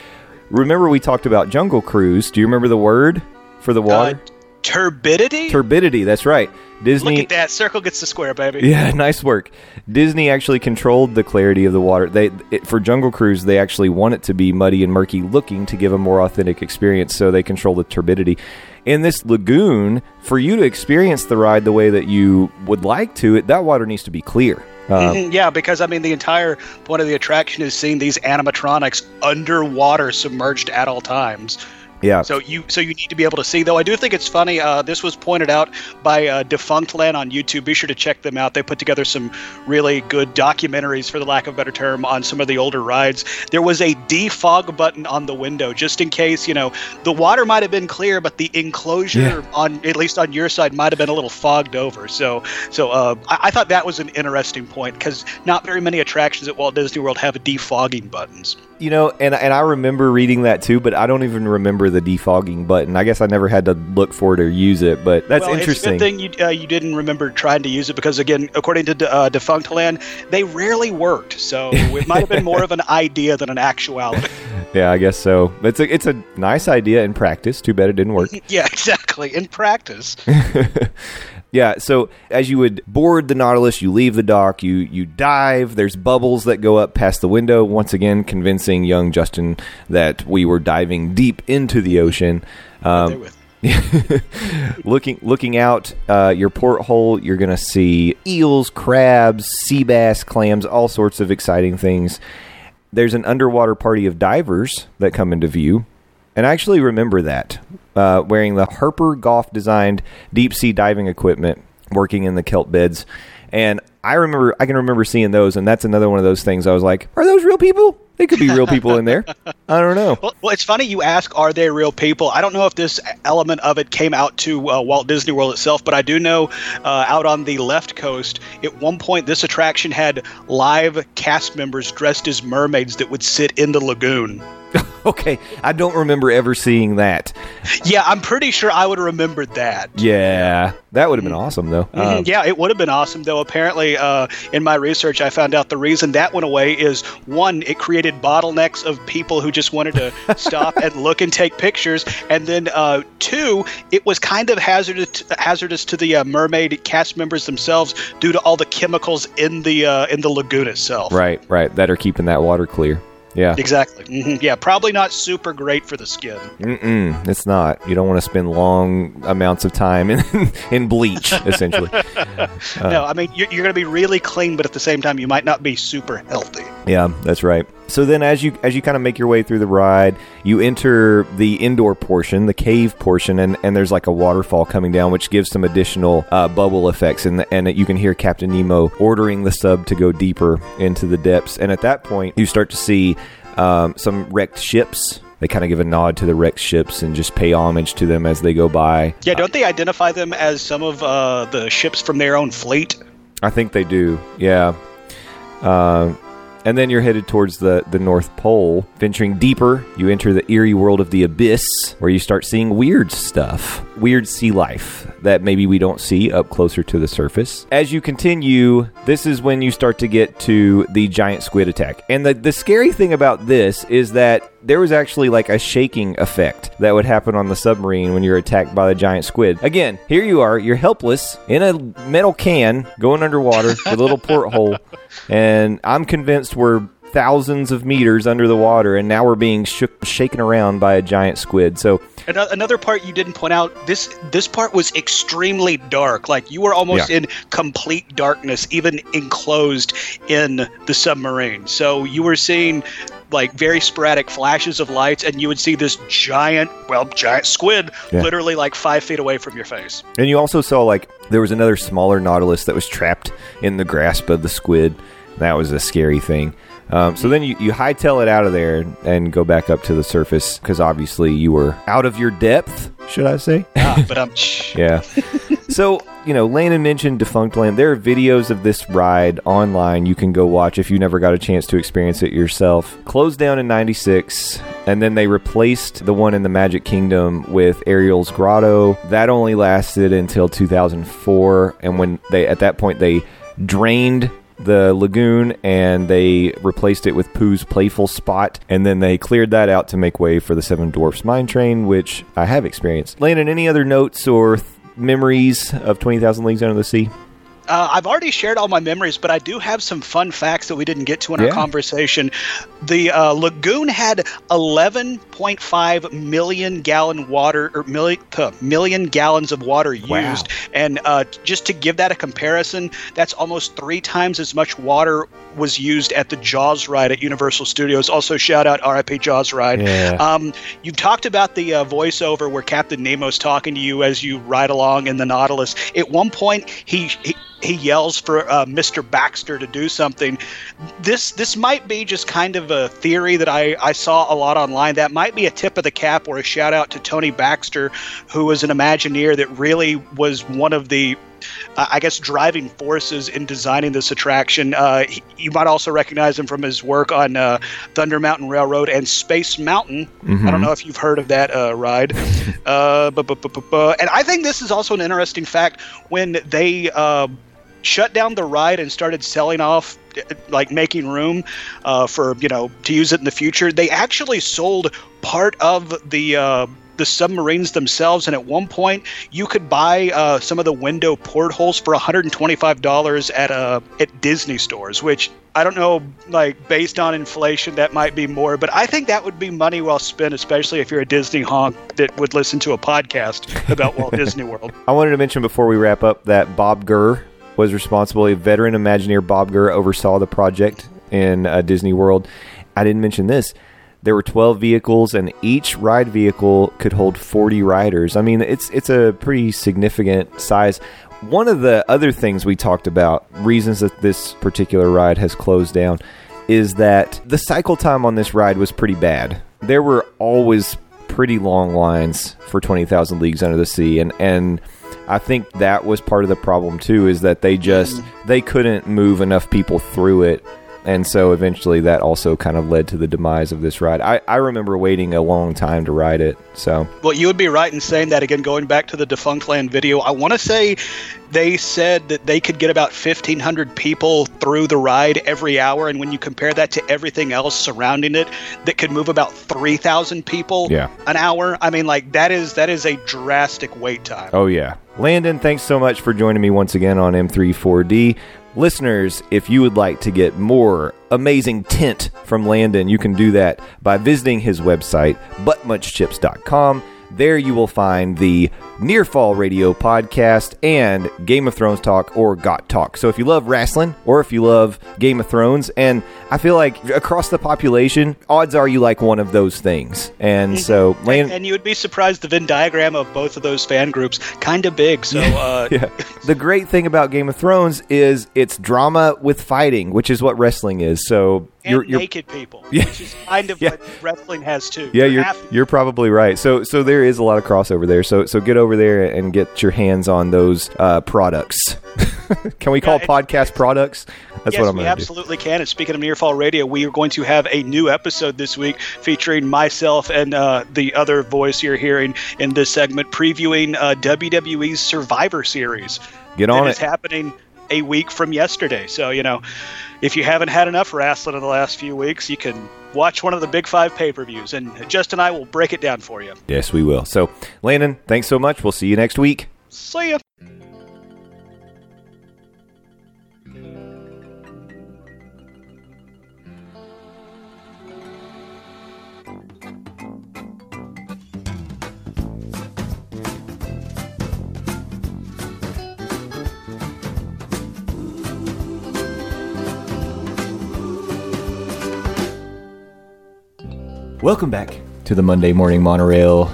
Speaker 1: remember we talked about Jungle Cruise. Do you remember the word for the
Speaker 7: Uh,
Speaker 1: water?
Speaker 7: turbidity?
Speaker 1: Turbidity. That's right. Disney.
Speaker 7: Look at that. Circle gets the square, baby.
Speaker 1: Yeah, nice work. Disney actually controlled the clarity of the water. They it, for Jungle Cruise, they actually want it to be muddy and murky looking to give a more authentic experience, so they control the turbidity. In this lagoon, for you to experience the ride the way that you would like to, it that water needs to be clear. Uh,
Speaker 7: Mhm, yeah, because I mean, the entire point of the attraction is seeing these animatronics underwater, submerged at all times.
Speaker 1: yeah.
Speaker 7: So you so you need to be able to see. Though I do think it's funny. Uh, this was pointed out by uh, Defunct Land on YouTube. Be sure to check them out. They put together some really good documentaries, for the lack of a better term, on some of the older rides. There was a defog button on the window just in case you know the water might have been clear, but the enclosure on at least on your side might have been a little fogged over. So so uh, I, I thought that was an interesting point because not very many attractions at Walt Disney World have defogging buttons.
Speaker 1: You know, and and I remember reading that too, but I don't even remember the defogging button. I guess I never had to look for it or use it, but that's
Speaker 7: well,
Speaker 1: interesting.
Speaker 7: It's a good thing you, uh, you didn't remember trying to use it because, again, according to uh, Defunct Land, they rarely worked. So it might have been more of an idea than an actuality.
Speaker 1: Yeah, I guess so. It's a it's a nice idea in practice. Too bad it didn't work.
Speaker 7: yeah, exactly. In practice,
Speaker 1: Yeah, so as you would board the Nautilus, you leave the dock, you you dive, there's bubbles that go up past the window, once again convincing young Justin that we were diving deep into the ocean.
Speaker 7: There with-
Speaker 1: looking looking out uh, your porthole, you're gonna see eels, crabs, sea bass, clams, all sorts of exciting things. There's an underwater party of divers that come into view, and I actually remember that uh, wearing the Harper Goff designed deep sea diving equipment, working in the kelp beds, and I remember I can remember seeing those, and that's another one of those things I was like, are those real people? They could be real people in there. I don't know.
Speaker 7: Well, well, it's funny you ask, are they real people? I don't know if this element of it came out to uh, Walt Disney World itself, but I do know uh, out on the left coast, at one point, this attraction had live cast members dressed as mermaids that would sit in the lagoon.
Speaker 1: Okay, I don't remember ever seeing that.
Speaker 7: Yeah, I'm pretty sure I would have remembered that.
Speaker 1: Yeah, that would have been awesome though.
Speaker 7: Mhm,
Speaker 1: Um,
Speaker 7: yeah, it would have been awesome, though. Apparently, uh, in my research, I found out the reason that went away is one, it created bottlenecks of people who just wanted to stop and look and take pictures, and then uh, two, it was kind of hazardous hazardous to the uh, mermaid cast members themselves due to all the chemicals in the uh, in the lagoon itself.
Speaker 1: Right, right. That are keeping that water clear. Yeah.
Speaker 7: Exactly. hmm Yeah, probably not super great for the skin.
Speaker 1: Mm-mm, it's not. You don't want to spend long amounts of time in in bleach, essentially. Uh.
Speaker 7: no, I mean you're, you're going to be really clean, but at the same time, you might not be super healthy.
Speaker 1: Yeah, that's right. So then, as you as you kind of make your way through the ride, you enter the indoor portion, the cave portion, and, and there's like a waterfall coming down, which gives some additional uh, bubble effects, and and you can hear Captain Nemo ordering the sub to go deeper into the depths. And at that point, you start to see um, some wrecked ships. They kind of give a nod to the wrecked ships and just pay homage to them as they go by.
Speaker 7: Yeah, don't they identify them as some of uh, the ships from their own fleet?
Speaker 1: I think they do. Yeah. Um, and then you're headed towards the, the North Pole. Venturing deeper, you enter the eerie world of the abyss, where you start seeing weird stuff, weird sea life that maybe we don't see up closer to the surface. As you continue, this is when you start to get to the giant squid attack. And the, the scary thing about this is that there was actually like a shaking effect that would happen on the submarine when you're attacked by the giant squid. Again, here you are, you're helpless in a metal can going underwater with a little porthole, and I'm convinced we're thousands of meters under the water, and now we're being shook, shaken around by a giant squid. So,
Speaker 7: Ano- Another part you didn't point out this this part was extremely dark. Like you were almost
Speaker 1: Yeah.
Speaker 7: in complete darkness, even enclosed in the submarine. So you were seeing like very sporadic flashes of lights, and you would see this giant, well, giant squid,
Speaker 1: Yeah.
Speaker 7: literally like five feet away from your face.
Speaker 1: and you also saw like there was another smaller nautilus that was trapped in the grasp of the squid. That was a scary thing. Um, so then you, you hightail it out of there and go back up to the surface because obviously you were out of your depth, should I say?
Speaker 7: Ah, but I'm.
Speaker 1: Yeah. so, you know, Landon mentioned Defunct Land. There are videos of this ride online you can go watch if you never got a chance to experience it yourself. Closed down in 96, and then they replaced the one in the Magic Kingdom with Ariel's Grotto. That only lasted until 2004, and when they, at that point, they drained the lagoon and they replaced it with Pooh's Playful Spot. And then they cleared that out to make way for the Seven Dwarfs Mine Train, which I have experienced. Landon, any other notes or th- memories of 20,000 Leagues Under the Sea?
Speaker 7: Uh, I've already shared all my memories, but I do have some fun facts that we didn't get to in
Speaker 1: Yeah.
Speaker 7: our conversation. The uh, lagoon had 11.5 million gallon water or million, million gallons of water used,
Speaker 1: Wow.
Speaker 7: and uh, just to give that a comparison, that's almost three times as much water was used at the Jaws ride at Universal Studios. Also, shout out RIP Jaws ride.
Speaker 1: Yeah.
Speaker 7: Um, you talked about the uh, voiceover where Captain Nemo's talking to you as you ride along in the Nautilus. At one point, he. he he yells for uh, Mr. Baxter to do something. This this might be just kind of a theory that I, I saw a lot online. That might be a tip of the cap or a shout out to Tony Baxter, who was an Imagineer that really was one of the uh, I guess, driving forces in designing this attraction. Uh, he- you might also recognize him from his work on uh, Thunder Mountain Railroad and Space Mountain. I don't know if you've heard of that uh, ride. uh, bu- bu- bu- bu- bu- and I think this is also an interesting fact when they. Uh, shut down the ride and started selling off uh, like making room uh, for you know to use it in the future they actually sold part of the uh, the submarines themselves and at one point you could buy uh, some of the window portholes for $125 at uh, at disney stores which i don't know like based on inflation that might be more but i think that would be money well spent especially if you're a disney honk that would listen to a podcast about walt disney world
Speaker 1: I wanted to mention before we wrap up that Bob Gurr was responsible. A veteran Imagineer Bob Gurr oversaw the project in uh, Disney World. I didn't mention this. There were 12 vehicles, and each ride vehicle could hold 40 riders. I mean, it's it's a pretty significant size. One of the other things we talked about, reasons that this particular ride has closed down, is that the cycle time on this ride was pretty bad. There were always pretty long lines for 20,000 Leagues Under the Sea and and I think that was part of the problem too is that they just they couldn't move enough people through it and so eventually that also kind of led to the demise of this ride. I, I remember waiting a long time to ride it. So
Speaker 7: Well, you would be right in saying that again. Going back to the defunct land video, I want to say they said that they could get about fifteen hundred people through the ride every hour, and when you compare that to everything else surrounding it, that could move about three thousand people
Speaker 1: Yeah.
Speaker 7: an hour. I mean, like that is that is a drastic wait time.
Speaker 1: Oh, yeah. Landon, thanks so much for joining me once again on M34D. Listeners, if you would like to get more amazing tint from Landon, you can do that by visiting his website, buttmunchchips.com. There you will find the Nearfall Radio podcast and Game of Thrones talk or GOT talk. So if you love wrestling or if you love Game of Thrones, and I feel like across the population, odds are you like one of those things. And so, Landon.
Speaker 7: And you would be surprised the Venn diagram of both of those fan groups kind of big. So uh,
Speaker 1: yeah. The great thing about Game of Thrones is it's drama with fighting, which is what wrestling is. So
Speaker 7: and
Speaker 1: you're, you're
Speaker 7: naked people,
Speaker 1: Yeah.
Speaker 7: which is kind of
Speaker 1: Yeah.
Speaker 7: what wrestling has too.
Speaker 1: yeah,
Speaker 7: There
Speaker 1: you're
Speaker 7: have to be
Speaker 1: you're probably right. So so there is a lot of crossover there. So so get over there and get your hands on those uh, products. Can we call
Speaker 7: it-
Speaker 1: podcast products? That's
Speaker 7: yes,
Speaker 1: what I'm
Speaker 7: we
Speaker 1: going to do.
Speaker 7: absolutely can. And speaking of Near Fall Radio, we are going to have a new episode this week featuring myself and uh, the other voice you're hearing in this segment, previewing uh, WWE's Survivor Series.
Speaker 1: Get
Speaker 7: that
Speaker 1: on
Speaker 7: is
Speaker 1: it.
Speaker 7: happening a week from yesterday. So you know, if you haven't had enough wrestling in the last few weeks, you can watch one of the Big Five pay-per-views, and Justin and I will break it down for you.
Speaker 1: Yes, we will. So Landon, thanks so much. We'll see you next week.
Speaker 7: See ya.
Speaker 1: Welcome back to the Monday Morning Monorail.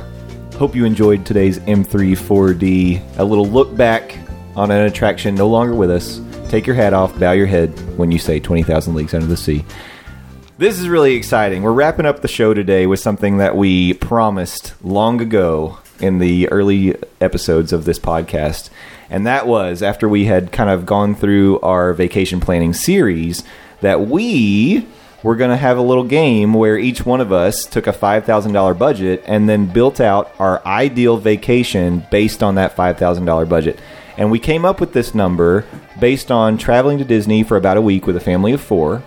Speaker 1: Hope you enjoyed today's M34D. A little look back on an attraction no longer with us. Take your hat off, bow your head when you say 20,000 Leagues Under the Sea. This is really exciting. We're wrapping up the show today with something that we promised long ago in the early episodes of this podcast. And that was after we had kind of gone through our vacation planning series that we were going to have a little game where each one of us took a $5,000 budget and then built out our ideal vacation based on that $5,000 budget. And we came up with this number based on traveling to Disney for about a week with a family of four.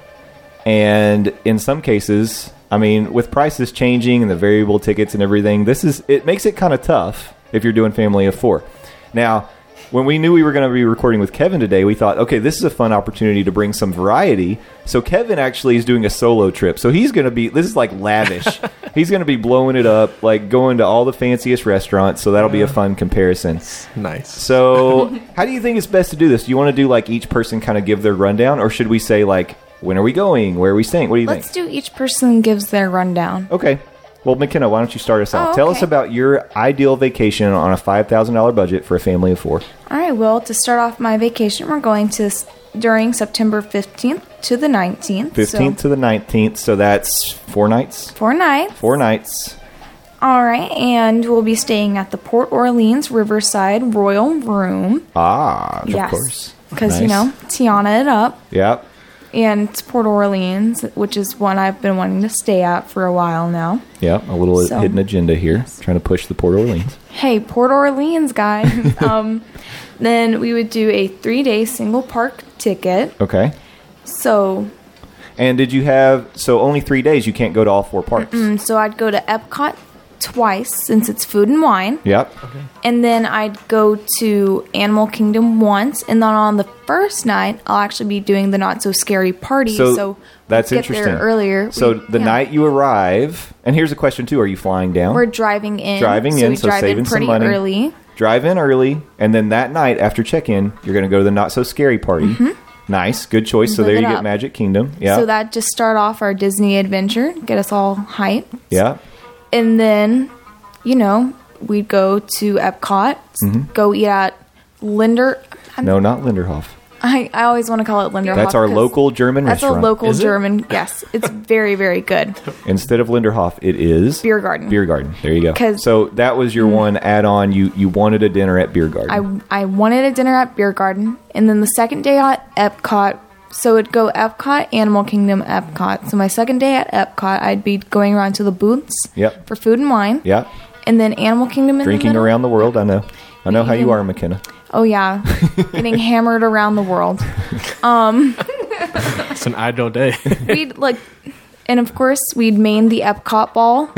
Speaker 1: And in some cases, I mean, with prices changing and the variable tickets and everything, this is it makes it kind of tough if you're doing family of four. Now, when we knew we were going to be recording with Kevin today, we thought, okay, this is a fun opportunity to bring some variety. So Kevin actually is doing a solo trip. So he's going to be this is like lavish. he's going to be blowing it up, like going to all the fanciest restaurants. So that'll be a fun comparison.
Speaker 4: Nice.
Speaker 1: So, how do you think it's best to do this? Do you want to do like each person kind of give their rundown, or should we say like when are we going, where are we staying? What do you
Speaker 6: Let's
Speaker 1: think?
Speaker 6: do each person gives their rundown.
Speaker 1: okay. Well, McKenna, why don't you start us off?
Speaker 6: Oh,
Speaker 1: Tell us
Speaker 6: okay.
Speaker 1: about your ideal vacation on a five thousand dollar budget for a family of four.
Speaker 6: All right, well, to start off my vacation, we're going to s- during September 15th to the 19th.
Speaker 1: Fifteenth
Speaker 6: So
Speaker 1: to the nineteenth, so that's four nights.
Speaker 6: four nights.
Speaker 1: Four nights.
Speaker 6: All right, and we'll be staying at the Port Orleans Riverside Royal Room.
Speaker 1: Ah,
Speaker 6: yes.
Speaker 1: of course.
Speaker 6: Because, you
Speaker 1: Nice.
Speaker 6: know, Tiana it up.
Speaker 1: Yep.
Speaker 6: And it's Port Orleans, which is one I've been wanting to stay at for a while now.
Speaker 1: Yep. A little
Speaker 6: So-
Speaker 1: hidden agenda here, trying to push the Port Orleans.
Speaker 6: Hey, Port Orleans, guys. um, then we would do a three day single park ticket.
Speaker 1: Okay.
Speaker 6: So,
Speaker 1: And did you have so only three days? You can't go to all four parks.
Speaker 6: so I'd go to Epcot twice since it's food and wine.
Speaker 1: Yep.
Speaker 6: And then I'd go to Animal Kingdom once, and then on the first night, I'll actually be doing the not so scary party. So,
Speaker 1: that's
Speaker 6: get
Speaker 1: interesting.
Speaker 6: There earlier.
Speaker 1: So
Speaker 6: We-
Speaker 1: the
Speaker 6: yeah.
Speaker 1: night you arrive, and here's a question too: Are you flying down?
Speaker 6: we're driving in,
Speaker 1: driving
Speaker 6: so
Speaker 1: in,
Speaker 6: we
Speaker 1: so
Speaker 6: drive
Speaker 1: saving
Speaker 6: in pretty
Speaker 1: some money.
Speaker 6: early.
Speaker 1: Drive in early, and then that night after check-in, you're going to go to the not so scary party. Nice, good choice. So
Speaker 6: Mm-hmm. Live
Speaker 1: there
Speaker 6: it
Speaker 1: you get
Speaker 6: up.
Speaker 1: Magic Kingdom. Yeah,
Speaker 6: So that just start off our Disney adventure, get us all hyped,
Speaker 1: yeah,
Speaker 6: and then, you know, we'd
Speaker 1: Mm-hmm.
Speaker 6: go to Epcot, go eat at Linder. I'm
Speaker 1: no, not Linderhof.
Speaker 6: I, I always want to call it Linderhof.
Speaker 1: That's our
Speaker 6: 'cause
Speaker 1: local German
Speaker 6: That's a
Speaker 1: restaurant.
Speaker 6: local
Speaker 4: Is it?
Speaker 6: German. Yes, it's very very good.
Speaker 1: Instead of Linderhof, it is
Speaker 6: Beer garden.
Speaker 1: Beer Garden. There you go.
Speaker 6: 'Cause- Mm.
Speaker 1: So that was your one add-on. You you wanted a dinner at Beer Garden.
Speaker 6: I I wanted a dinner at Beer Garden, and then the second day at Epcot. So it'd go Epcot, Animal Kingdom, Epcot. So my second day at Epcot, I'd be going around to the booths
Speaker 1: Yep.
Speaker 6: for food and wine.
Speaker 1: yeah.
Speaker 6: And then Animal Kingdom in
Speaker 1: Drinking
Speaker 6: the middle.
Speaker 1: around the world. I know. I know how you are, McKenna.
Speaker 6: Oh yeah, getting hammered around the world.
Speaker 4: It's an ideal day.
Speaker 6: We'd like, and of course we'd main the Epcot ball.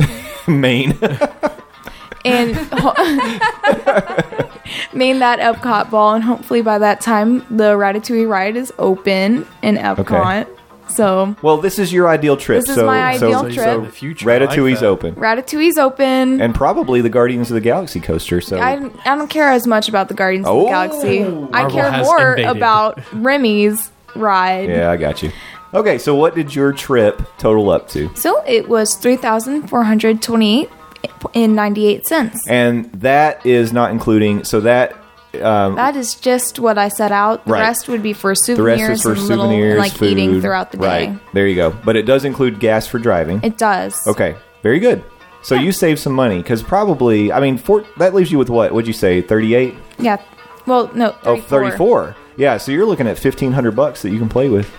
Speaker 1: Maine.
Speaker 6: and main that Epcot ball, and hopefully by that time the Ratatouille ride is open in Epcot. So
Speaker 1: well, this is your ideal trip.
Speaker 6: This is
Speaker 1: so
Speaker 6: my
Speaker 1: so,
Speaker 6: ideal
Speaker 1: so
Speaker 6: trip.
Speaker 4: Future, I like
Speaker 1: Ratatouille's
Speaker 4: that.
Speaker 1: open,
Speaker 6: Ratatouille's open.
Speaker 1: and probably the Guardians of the Galaxy coaster. So
Speaker 6: I, I don't care as much about the Guardians of
Speaker 1: Oh.
Speaker 6: the Galaxy. I
Speaker 4: Marvel
Speaker 6: care
Speaker 4: has
Speaker 6: more
Speaker 4: invaded.
Speaker 6: about Remy's ride.
Speaker 1: yeah, I got you. Okay, so what did your trip total up to?
Speaker 6: So it was three thousand four hundred twenty-eight and ninety-eight cents.
Speaker 1: And that is not including. So that um,
Speaker 6: That is just what I set out. The
Speaker 1: Right.
Speaker 6: rest would be for
Speaker 1: the
Speaker 6: souvenirs
Speaker 1: rest is for
Speaker 6: and little and
Speaker 1: souvenirs,
Speaker 6: like
Speaker 1: food,
Speaker 6: eating throughout the day.
Speaker 1: Right there, you go. But it does include gas for driving.
Speaker 6: It does.
Speaker 1: Okay, very good. So you save some money because probably, I mean, four, that leaves you with what? Would you say thirty-eight?
Speaker 6: Yeah. Well, no. 34.
Speaker 1: Oh, 34. Yeah, so you're looking at fifteen hundred bucks that you can play with.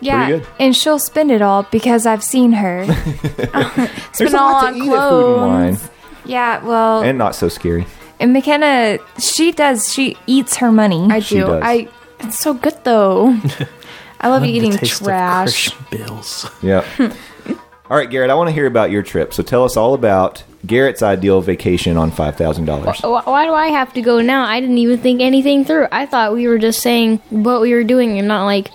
Speaker 2: Yeah,
Speaker 1: Pretty good.
Speaker 2: and she'll spend it all because I've seen her.
Speaker 1: There's
Speaker 2: spend
Speaker 1: a
Speaker 2: all
Speaker 1: lot
Speaker 2: on
Speaker 1: to eat at Food and Wine,
Speaker 2: clothes. Yeah, well, and,
Speaker 1: and not so scary.
Speaker 2: McKenna, she does. She eats her money.
Speaker 6: I
Speaker 1: She
Speaker 6: do.
Speaker 1: does.
Speaker 6: I. It's so good though. I love eating trash.
Speaker 4: bills.
Speaker 1: Yeah. all right, Garrett, I want to hear about your trip. So tell us all about Garrett's ideal vacation on five thousand dollars.
Speaker 3: Wh- Why do I have to go now? I didn't even think anything through. I thought we were just saying what we were doing and not like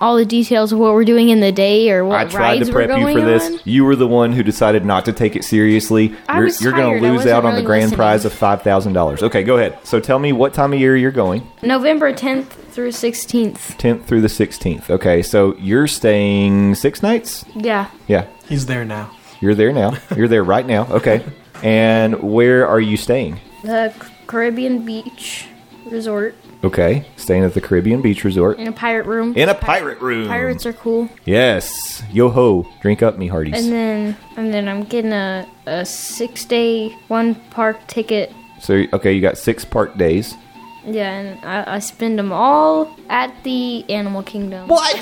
Speaker 3: all the details of what we're doing in the day or what
Speaker 1: I tried
Speaker 3: rides
Speaker 1: to prep
Speaker 3: we're
Speaker 1: you
Speaker 3: going
Speaker 1: for this.
Speaker 3: on.
Speaker 1: You were the one who decided not to take it seriously.
Speaker 3: I
Speaker 1: you're
Speaker 3: was
Speaker 1: you're gonna
Speaker 3: tired. I
Speaker 1: lose
Speaker 3: wasn't
Speaker 1: out on the
Speaker 3: really
Speaker 1: grand
Speaker 3: listening.
Speaker 1: prize of five thousand dollars. Okay, go ahead. So tell me what time of year you're going.
Speaker 3: November 10th through 16th.
Speaker 1: 10th through the 16th. Okay, so you're staying six nights?
Speaker 3: Yeah.
Speaker 1: Yeah,
Speaker 4: He's there now.
Speaker 1: you're there now. You're there right now. Okay. And where are you staying?
Speaker 3: The C- Caribbean Beach Resort
Speaker 1: Okay, staying at the Caribbean Beach Resort.
Speaker 3: in a pirate room.
Speaker 1: In a pirate room.
Speaker 3: Pirates are cool.
Speaker 1: Yes. Yo ho. Drink up, me hearties.
Speaker 3: And then and then I'm getting a, a six day one park ticket.
Speaker 1: so, okay, you got six park days.
Speaker 3: Yeah, and I, I spend them all at the Animal Kingdom. What?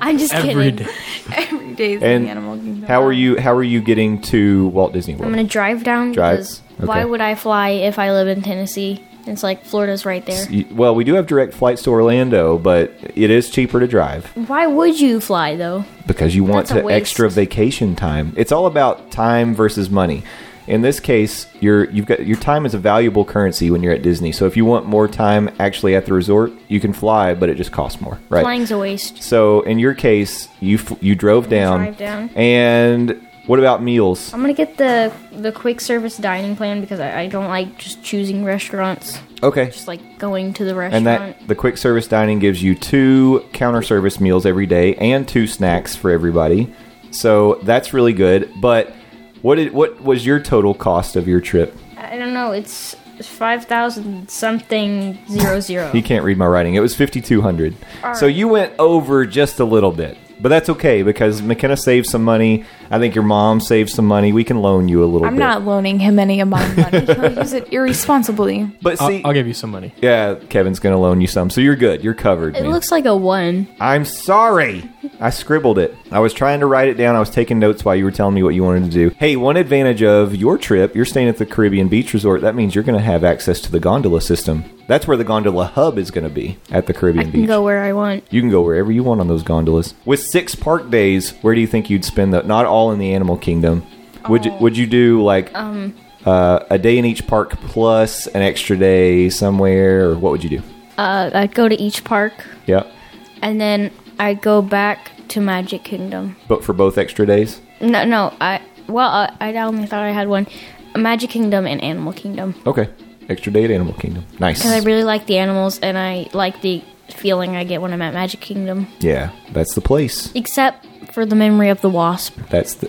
Speaker 3: I'm just
Speaker 4: Every
Speaker 3: kidding.
Speaker 4: day.
Speaker 6: Every day's in
Speaker 1: And
Speaker 6: the animal kingdom.
Speaker 1: how are you? How are you getting to Walt Disney World?
Speaker 3: I'm gonna drive down
Speaker 1: Drive?
Speaker 3: because why
Speaker 1: Okay.
Speaker 3: would I fly if I live in Tennessee? It's like Florida's right there.
Speaker 1: Y- well, we do have direct flights to Orlando, but it is cheaper to drive
Speaker 3: Why would you fly though?
Speaker 1: because you want
Speaker 3: That's a
Speaker 1: to extra
Speaker 3: waste.
Speaker 1: vacation time. It's all about time versus money. In this case, your you've got your time is a valuable currency when you're at Disney. So if you want more time actually at the resort, you can fly, but it just costs more, right?
Speaker 3: Flying's a waste.
Speaker 1: So in your case, you f- you drove down,
Speaker 3: Drive down. Um,
Speaker 1: and what about meals?
Speaker 3: I'm gonna get the the quick service dining plan because I, I don't like just choosing restaurants.
Speaker 1: Okay,
Speaker 3: Just like going to the
Speaker 1: and
Speaker 3: restaurant.
Speaker 1: that the quick service dining gives you two counter service meals every day and two snacks for everybody. So that's really good. But what did what was your total cost of your trip?
Speaker 3: I don't know. It's five thousand something zero zero.
Speaker 1: He can't read my writing. It was fifty two hundred. So you went over just a little bit, but that's okay because McKenna saved some money. I think your mom saved some money. We can loan you a little
Speaker 6: I'm
Speaker 1: bit.
Speaker 6: not loaning him any of my money. He'll use it irresponsibly.
Speaker 1: but see,
Speaker 4: I'll, I'll give you some money.
Speaker 1: yeah, Kevin's gonna loan you some, so you're good. You're covered.
Speaker 3: it
Speaker 1: man.
Speaker 3: looks like a one.
Speaker 1: I'm sorry. I scribbled it. I was trying to write it down. I was taking notes while you were telling me what you wanted to do. Hey, one advantage of your trip, you're staying at the Caribbean Beach Resort. That means you're going to have access to the gondola system. That's where the gondola hub is going to be at the Caribbean
Speaker 3: I can
Speaker 1: Beach.
Speaker 3: go where I want.
Speaker 1: You can go wherever you want on those gondolas. With six park days, where do you think you'd spend the? Not all in the Animal Kingdom. Would
Speaker 3: Oh.
Speaker 1: you, would you do like
Speaker 3: Um.
Speaker 1: uh, a day in each park plus an extra day somewhere, or what would you do?
Speaker 3: Uh, I'd go to each park
Speaker 1: Yeah,
Speaker 3: and then I go back to Magic Kingdom.
Speaker 1: but for both extra days.
Speaker 3: No, no. I well, uh, I only thought I had one. Magic Kingdom and Animal Kingdom
Speaker 1: Okay. Extra day at Animal Kingdom. Nice.
Speaker 3: because I really like the animals and I like the feeling I get when I'm at Magic Kingdom.
Speaker 1: yeah, that's the place.
Speaker 3: Except for the memory of the wasp.
Speaker 1: That's the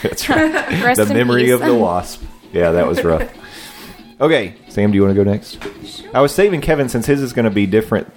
Speaker 1: That's right.
Speaker 6: Rest
Speaker 1: the
Speaker 6: in
Speaker 1: memory
Speaker 6: peace.
Speaker 1: of the wasp. Yeah, that was rough. Okay, Sam, do you want to go next? I was saving Kevin since his is going to be different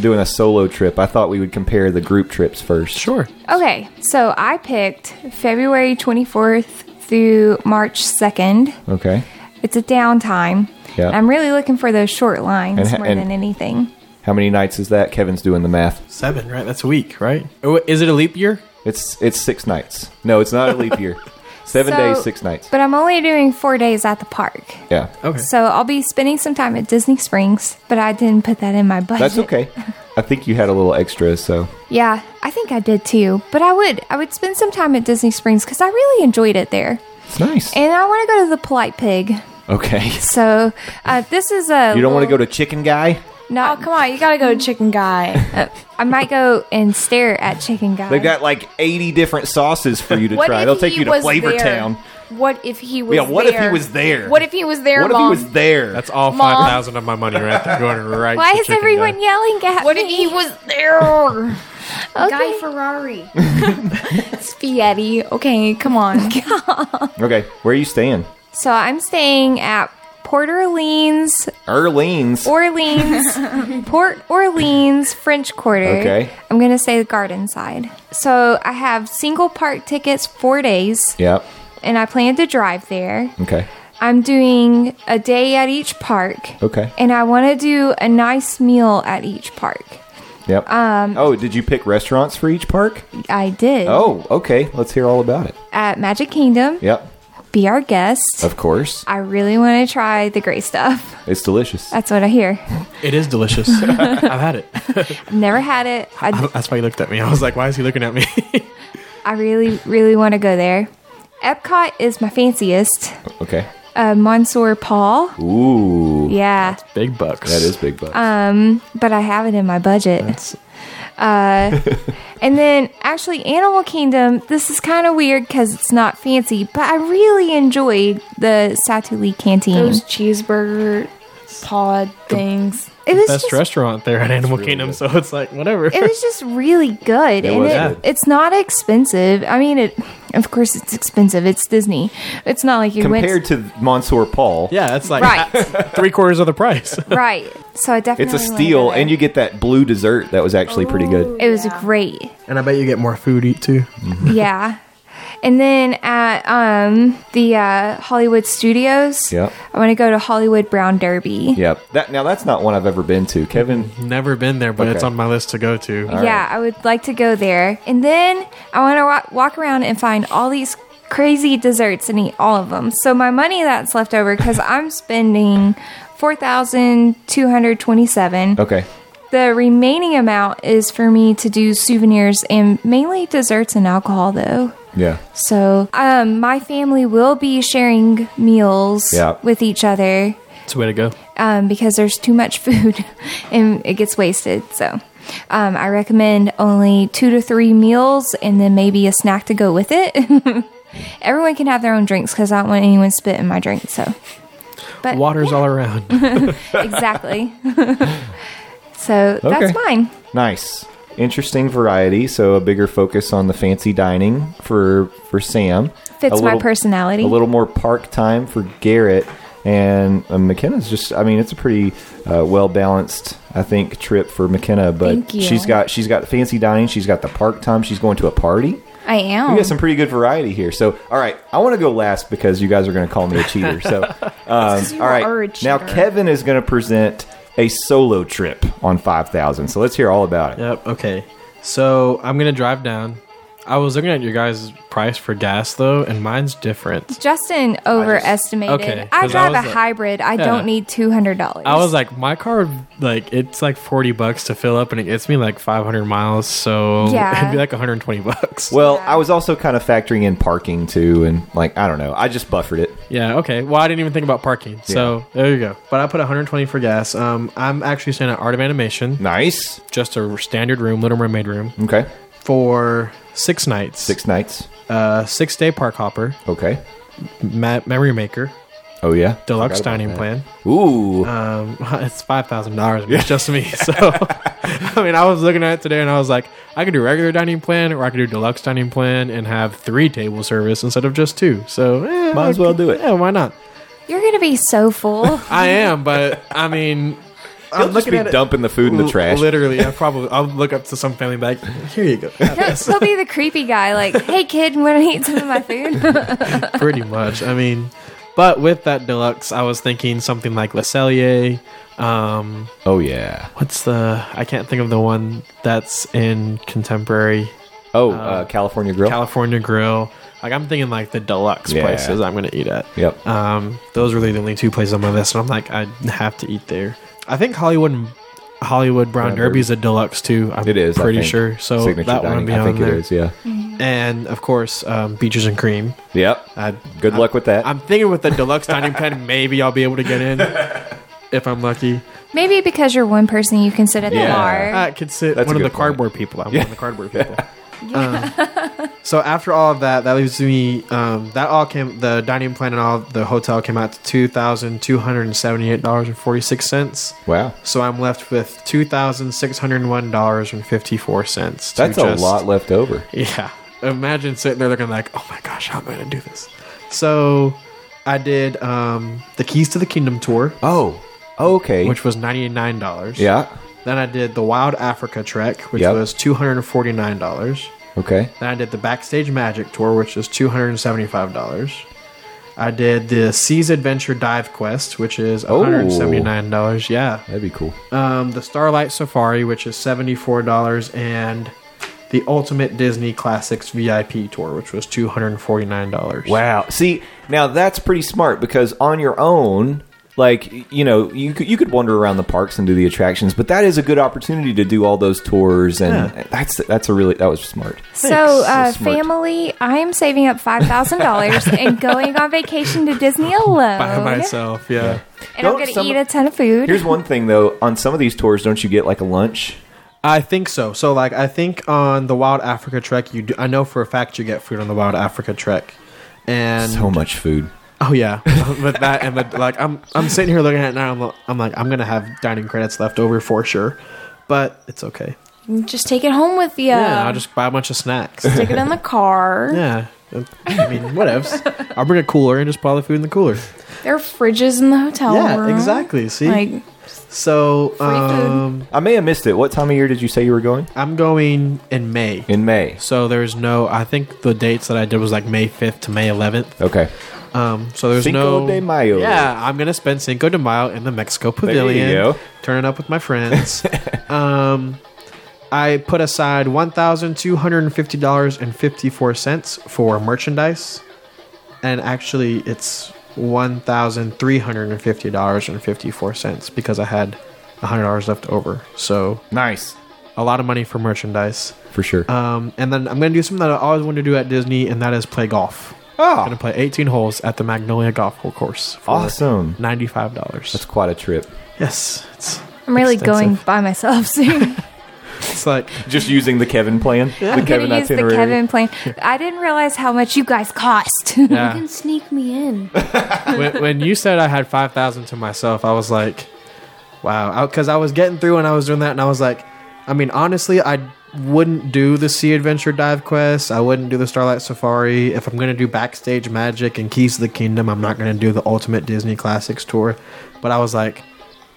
Speaker 1: doing a solo trip, I thought we would compare the group trips first.
Speaker 4: Sure.
Speaker 2: Okay, so I picked February 24th through March 2nd.
Speaker 1: Okay.
Speaker 2: It's a downtime.
Speaker 1: Yeah.
Speaker 2: I'm really looking for those short lines
Speaker 1: And-
Speaker 2: more
Speaker 1: and-
Speaker 2: than anything.
Speaker 1: How many nights is that? Kevin's doing the math.
Speaker 4: Seven, right? That's a week, right? Or wait, Is it a leap year?
Speaker 1: It's it's six nights. No, it's not a leap year. Seven
Speaker 2: So-
Speaker 1: days, six nights.
Speaker 2: But I'm only doing four days at the park.
Speaker 1: yeah.
Speaker 4: Okay.
Speaker 2: So I'll be spending some time at Disney Springs, but I didn't put that in my budget.
Speaker 1: That's okay. I think you had a little extra, so
Speaker 2: Yeah, I think I did too. But I would I would spend some time at Disney Springs because I really enjoyed it there,
Speaker 1: it's nice.
Speaker 2: and I want to go to the Polite Pig.
Speaker 1: Okay.
Speaker 2: So uh, this is a
Speaker 1: You don't want to go
Speaker 6: Uh-huh.
Speaker 1: to Chicken Guy?
Speaker 2: No,
Speaker 6: Oh, come on. You got to go to Chicken Guy.
Speaker 2: Uh, I might go and stare at Chicken Guy.
Speaker 1: They've got like 80 different sauces for you to
Speaker 6: What
Speaker 1: try.
Speaker 6: if
Speaker 1: They'll take
Speaker 6: he
Speaker 1: you to
Speaker 6: was
Speaker 1: Flavor
Speaker 6: there?
Speaker 1: Town.
Speaker 6: What if he was
Speaker 1: Yeah, what if
Speaker 6: there?
Speaker 1: he was there?
Speaker 6: What if he was there,
Speaker 1: What if he
Speaker 6: Mom?
Speaker 1: was there?
Speaker 4: That's all
Speaker 6: Mom.
Speaker 4: 5000 of my money right there going right
Speaker 2: Why
Speaker 4: to
Speaker 2: is
Speaker 4: Chicken
Speaker 2: everyone
Speaker 4: Guy.
Speaker 2: yelling at
Speaker 6: What
Speaker 2: me?
Speaker 6: if he was there?
Speaker 2: Okay.
Speaker 3: Guy Ferrari.
Speaker 6: Spaghetti. Okay, come on.
Speaker 1: okay. Where are you staying?
Speaker 2: so I'm staying at Port Orleans,
Speaker 1: Erlene's.
Speaker 2: Orleans, Port Orleans, French Quarter.
Speaker 1: Okay.
Speaker 2: I'm going to say the garden side. So I have single park tickets four days,
Speaker 1: yep.
Speaker 2: and I plan to drive there.
Speaker 1: Okay.
Speaker 2: I'm doing a day at each park.
Speaker 1: Okay.
Speaker 2: And I want to do a nice meal at each park.
Speaker 1: Yep. Um, oh, did you pick restaurants for each park?
Speaker 2: I did
Speaker 1: Oh, okay. Let's hear all about it.
Speaker 2: at Magic Kingdom.
Speaker 1: Yep.
Speaker 2: Be our guest.
Speaker 1: Of course.
Speaker 2: I really want to try the great stuff.
Speaker 1: It's
Speaker 6: Uh,
Speaker 1: delicious.
Speaker 2: That's what I hear.
Speaker 4: It is delicious. I've had it.
Speaker 2: I've never had it. I,
Speaker 4: That's why he looked at me. I was like, why is he looking at me?
Speaker 2: I really, really want to go there. Epcot is my fanciest.
Speaker 1: Okay.
Speaker 2: Uh, Monsieur Paul.
Speaker 1: Ooh.
Speaker 2: Yeah,
Speaker 4: Big bucks.
Speaker 1: That is big bucks.
Speaker 6: Um,
Speaker 2: but I have it in my budget. Uh, and then actually, Animal Kingdom. This is kind of weird because it's not fancy, but I really enjoyed the Satuli Canteen.
Speaker 6: Those cheeseburger pod things.
Speaker 2: it was
Speaker 4: best
Speaker 2: just,
Speaker 4: restaurant there at Animal Kingdom, so it's like whatever.
Speaker 2: it was just really good, and
Speaker 1: was
Speaker 2: it,
Speaker 1: good.
Speaker 2: it's not expensive. I mean, it of course it's expensive. It's Disney. It's not like you went
Speaker 1: Compared to Monsieur Paul,
Speaker 4: yeah, it's like
Speaker 2: right,
Speaker 4: three quarters of the price.
Speaker 2: right. So I definitely
Speaker 1: it's a steal, and you get that blue dessert that was actually pretty good.
Speaker 6: Oh.
Speaker 2: it was great.
Speaker 4: and I bet you get more food eat too.
Speaker 2: yeah. And then at um, the uh, Hollywood Studios,
Speaker 1: Yep.
Speaker 2: I want to go to Hollywood Brown Derby. Yeah,
Speaker 1: Yep. That now that's not one I've ever been to. Kevin,
Speaker 4: Never been there, but it's
Speaker 1: Okay.
Speaker 4: on my list to go to.
Speaker 2: I would like to go there. And then I want to wa- walk around and find all these crazy desserts and eat all of them. So my money that's left over because I'm spending four thousand two hundred twenty-seven.
Speaker 1: okay.
Speaker 2: The remaining amount is for me to do souvenirs and mainly desserts and alcohol, though.
Speaker 1: Yeah.
Speaker 2: So, um, my family will be sharing meals
Speaker 1: Yeah.
Speaker 2: with each other
Speaker 4: It's a way to go.
Speaker 2: um, because there's too much food and it gets wasted. So, um, I recommend only two to three meals and then maybe a snack to go with it. Everyone can have their own drinks because I don't want anyone spit in my drink. So, but
Speaker 4: Water's all around.
Speaker 2: exactly. so
Speaker 1: Okay.
Speaker 2: that's mine.
Speaker 1: Nice. Interesting variety, so a bigger focus on the fancy dining for for Sam.
Speaker 2: Fits
Speaker 1: A
Speaker 2: my personality.
Speaker 1: A little more park time for Garrett and uh, McKenna's just I mean, it's a pretty uh, well balanced I think trip for McKenna, but
Speaker 6: Thank you.
Speaker 1: she's got she's got fancy dining, she's got the park time, she's going to a party.
Speaker 6: I am.
Speaker 1: We got some pretty good variety here. So, all right, I want to go last because you guys are going to call me a cheater. So, um, all
Speaker 6: are a
Speaker 1: right, now
Speaker 6: cheater.
Speaker 1: Kevin is going to present a solo trip on five thousand. So let's hear all about it.
Speaker 4: yep. Okay. So I'm gonna drive down. I was looking at your guys' price for gas though, and mine's different.
Speaker 2: Justin overestimated. I,
Speaker 4: Okay, 'cause I
Speaker 2: drive a
Speaker 4: was like-
Speaker 2: hybrid. I
Speaker 4: Yeah.
Speaker 2: don't need two hundred dollars.
Speaker 4: I was like, my car, like it's like forty bucks to fill up, and it gets me like five hundred miles, so
Speaker 2: Yeah.
Speaker 4: it'd be like one hundred and twenty bucks.
Speaker 1: Well, I was also kind of factoring in parking too, and like I don't know, I just buffered it.
Speaker 4: Yeah, okay. Well, I didn't even think about parking. So there you go. But I put 120 for gas. Um, I'm actually staying at Art of Animation,
Speaker 1: Nice.
Speaker 4: just a standard room, Little Mermaid room,
Speaker 1: Okay,
Speaker 4: for six nights.
Speaker 1: six nights.
Speaker 4: Uh, six day park hopper,
Speaker 1: Okay.
Speaker 4: ma- memory maker,
Speaker 1: Oh yeah.
Speaker 4: deluxe
Speaker 1: Forgot about
Speaker 4: dining plan.
Speaker 1: that. Ooh.
Speaker 4: Um, it's five thousand dollars. It's just me. So, I mean, I was looking at it today, and I was like, I could do regular dining plan, or I could do deluxe dining plan, and have three table service instead of just two. So, eh,
Speaker 1: Might as well do it.
Speaker 4: Yeah, why not?
Speaker 2: "You're gonna be so full."
Speaker 4: I am, but I mean,
Speaker 1: He'll just be dumping the food in the
Speaker 4: L-
Speaker 1: trash.
Speaker 4: Literally, I probably I'll look up to some family and be like, here you go. Have
Speaker 2: He'll,
Speaker 4: this."
Speaker 2: he'll be the creepy guy, like, "Hey, kid, want to eat some of my food?"
Speaker 4: Pretty much. I mean, but with that deluxe, I was thinking something like Le Cellier. Um,
Speaker 1: Oh yeah.
Speaker 4: what's the? I can't think of the one that's in contemporary
Speaker 1: Oh, uh, California Grill.
Speaker 4: California Grill. Like I'm thinking like the deluxe
Speaker 1: Yeah.
Speaker 4: places I'm gonna eat at.
Speaker 1: yep.
Speaker 4: Um, those were really the only two places on my list, and I'm like, I have to eat there. I think Hollywood and Hollywood Brown
Speaker 1: Brown
Speaker 4: Derby is a deluxe too. I'm
Speaker 1: it is. I
Speaker 4: pretty
Speaker 1: think.
Speaker 4: sure. So
Speaker 1: Signature
Speaker 4: that
Speaker 1: dining,
Speaker 4: one would be
Speaker 1: I
Speaker 4: on
Speaker 1: think
Speaker 4: there. Uh,
Speaker 1: it is. Yeah.
Speaker 4: And of course, um, Beaches and Cream.
Speaker 1: Yep.
Speaker 4: I'd,
Speaker 1: Good luck with that.
Speaker 4: I'm thinking with the deluxe dining plan, maybe I'll be able to get in if I'm lucky.
Speaker 2: Maybe because you're one person, you can sit at the
Speaker 1: Yeah.
Speaker 2: bar.
Speaker 4: I could sit
Speaker 1: That's a
Speaker 4: one of
Speaker 1: good
Speaker 4: the
Speaker 1: point.
Speaker 4: cardboard people. I'm
Speaker 1: Yeah.
Speaker 4: one of the cardboard people. Um, so after all of that, that leaves me. Um, that all came. The dining plan and all of the hotel came out to two thousand two hundred and seventy-eight dollars and forty-six cents.
Speaker 1: wow.
Speaker 4: So I'm left with two thousand six hundred one dollars and fifty-four cents.
Speaker 1: That's a lot left over.
Speaker 4: Yeah. Imagine sitting there looking like, oh my gosh, how am I gonna do this? So I did um, the Keys to the Kingdom tour,
Speaker 1: Oh. Okay.
Speaker 4: which was ninety-nine dollars.
Speaker 1: yeah.
Speaker 4: Then I did the Wild Africa Trek, which
Speaker 1: Yep.
Speaker 4: was two hundred and forty nine dollars.
Speaker 1: Okay.
Speaker 4: Then I did the Backstage Magic Tour, which is two hundred and seventy five dollars. I did the Seas Adventure Dive Quest, which is
Speaker 1: Oh.
Speaker 4: one hundred and seventy nine dollars. Yeah.
Speaker 1: That'd be cool.
Speaker 4: Um, the Starlight Safari, which is seventy four dollars, and the Ultimate Disney Classics VIP Tour, which was two hundred and forty nine dollars.
Speaker 1: Wow. See, now that's pretty smart because on your own, like you know, you could, you could wander around the parks and do the attractions, but that is a good opportunity to do all those tours, and that's that's a really that was smart.
Speaker 2: So, uh,
Speaker 1: That's smart.
Speaker 2: family, I am saving up five thousand dollars and going on vacation to Disney alone.
Speaker 4: By myself, yeah.
Speaker 2: and I'm
Speaker 1: Don't
Speaker 2: gonna
Speaker 1: some-
Speaker 2: eat a ton of food.
Speaker 1: Here's one thing though: on some of these tours, don't you get like a lunch?
Speaker 4: I think so. So like I think on the Wild Africa Trek, you do, I know for a fact you get food on the Wild Africa Trek, and
Speaker 1: So much food.
Speaker 4: oh yeah, with that and with, like I'm I'm sitting here looking at it now. I'm, I'm like I'm gonna have dining credits left over for sure, but it's okay.
Speaker 6: Just take it home with you.
Speaker 4: Yeah, I'll just buy a bunch of snacks.
Speaker 6: stick it in the car.
Speaker 4: yeah, I mean whatevs. I'll bring a cooler and just pile the food in the cooler.
Speaker 6: There are fridges in the hotel
Speaker 4: yeah,
Speaker 6: room.
Speaker 4: exactly. See,
Speaker 6: Oh, Like
Speaker 4: so
Speaker 6: food.
Speaker 4: um,
Speaker 1: I may have missed it. What time of year did you say you were going?
Speaker 4: I'm going in May.
Speaker 1: In May.
Speaker 4: So there's no. I think the dates that I did was like May 5th to May 11th.
Speaker 1: Okay.
Speaker 4: Um, so there's
Speaker 1: Cinco
Speaker 4: no
Speaker 1: de Mayo.
Speaker 4: Yeah, I'm gonna spend Cinco de Mayo in the Mexico
Speaker 1: you
Speaker 4: Pavilion,
Speaker 1: go.
Speaker 4: turning up with my friends. um, I put aside one thousand two hundred and fifty dollars and fifty four cents for merchandise, and actually it's one thousand three hundred and fifty dollars and fifty four cents because I had hundred dollars left over. So
Speaker 1: Nice.
Speaker 4: a lot of money for merchandise.
Speaker 1: For sure.
Speaker 4: Um, and then I'm gonna do something that I always wanted to do at Disney, and that is play golf.
Speaker 1: Ah.
Speaker 4: I'm gonna play 18 holes at the Magnolia Golf Course. for
Speaker 1: awesome.
Speaker 4: Ninety-five dollars.
Speaker 1: That's quite a trip.
Speaker 4: Yes, it's
Speaker 2: I'm really going
Speaker 4: extensive.
Speaker 2: by myself soon.
Speaker 4: it's like
Speaker 1: Just using the Kevin plan. The
Speaker 2: I'm gonna use the Kevin plane. I didn't realize how much you guys cost.
Speaker 3: You
Speaker 4: yeah.
Speaker 3: can sneak me in.
Speaker 4: when, when you said I had five thousand to myself, I was like, wow, because I, was getting through and I was doing that, and I was like, I mean, honestly, I wouldn't do the Sea Adventure Dive Quest. I wouldn't do the Starlight Safari. If I'm gonna do Backstage Magic and Keys to the Kingdom, I'm not gonna do the Ultimate Disney Classics tour. But I was like.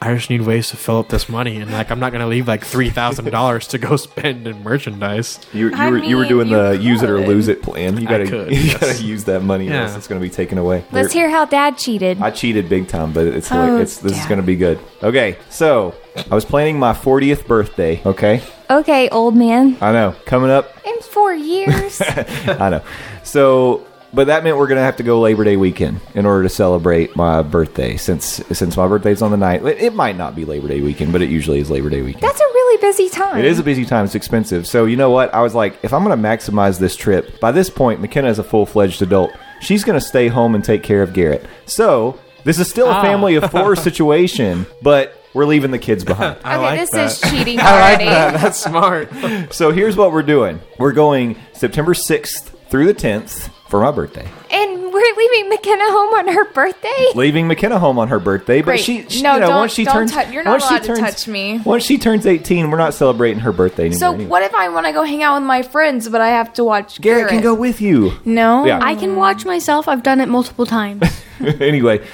Speaker 4: I just need ways to fill up this money, and like I'm not gonna leave like three thousand dollars to go spend in merchandise.
Speaker 1: You, you,
Speaker 2: I
Speaker 1: were, you were
Speaker 2: mean,
Speaker 1: doing
Speaker 2: you
Speaker 1: the use it or
Speaker 2: could.
Speaker 1: lose it plan. You gotta,
Speaker 4: could,
Speaker 1: you
Speaker 4: yes.
Speaker 1: gotta use that money, or else
Speaker 4: Yeah.
Speaker 1: it's gonna be taken away.
Speaker 2: Let's
Speaker 1: We're-
Speaker 2: hear how Dad cheated.
Speaker 1: I cheated big time, but it's,
Speaker 2: Oh,
Speaker 1: hilarious. it's this is
Speaker 2: damn.
Speaker 1: gonna be good. Okay, so I was planning my 40th birthday. Okay,
Speaker 2: okay, old man.
Speaker 1: I know coming up.
Speaker 2: In four years,
Speaker 1: I know. So, but that meant we're gonna have to go Labor Day weekend in order to celebrate my birthday. Since since my birthday's on the night, it, it might not be Labor Day weekend, but it usually is Labor Day weekend.
Speaker 2: that's a really busy time.
Speaker 1: It is a busy time. It's expensive. So you know what? I was like, if I'm going to maximize this trip, by this point, McKenna is a full fledged adult. She's going to stay home and take care of Garrett. So this is still a family of four situation, but we're leaving the kids behind.
Speaker 2: Okay, this is cheating
Speaker 1: like
Speaker 2: already.
Speaker 4: That's smart.
Speaker 1: so here's what we're doing: we're going September 6th through the 10th for my birthday,
Speaker 2: and we're leaving McKenna home on her birthday.
Speaker 1: leaving McKenna home on her birthday. But
Speaker 6: Great.
Speaker 1: she, she
Speaker 6: No,
Speaker 1: you know,
Speaker 6: don't-
Speaker 1: once she
Speaker 6: don't
Speaker 1: turns,
Speaker 6: tou- you're not
Speaker 1: once she
Speaker 6: allowed to
Speaker 1: turns-
Speaker 6: touch me.
Speaker 1: Once she turns 18, we're not celebrating her birthday anymore.
Speaker 6: so
Speaker 1: anyway.
Speaker 6: what if I want to go hang out with my friends, but I have to watch
Speaker 1: Garrett can go with you.
Speaker 6: No.
Speaker 1: Yeah.
Speaker 3: I can watch myself. I've done it multiple times.
Speaker 1: anyway,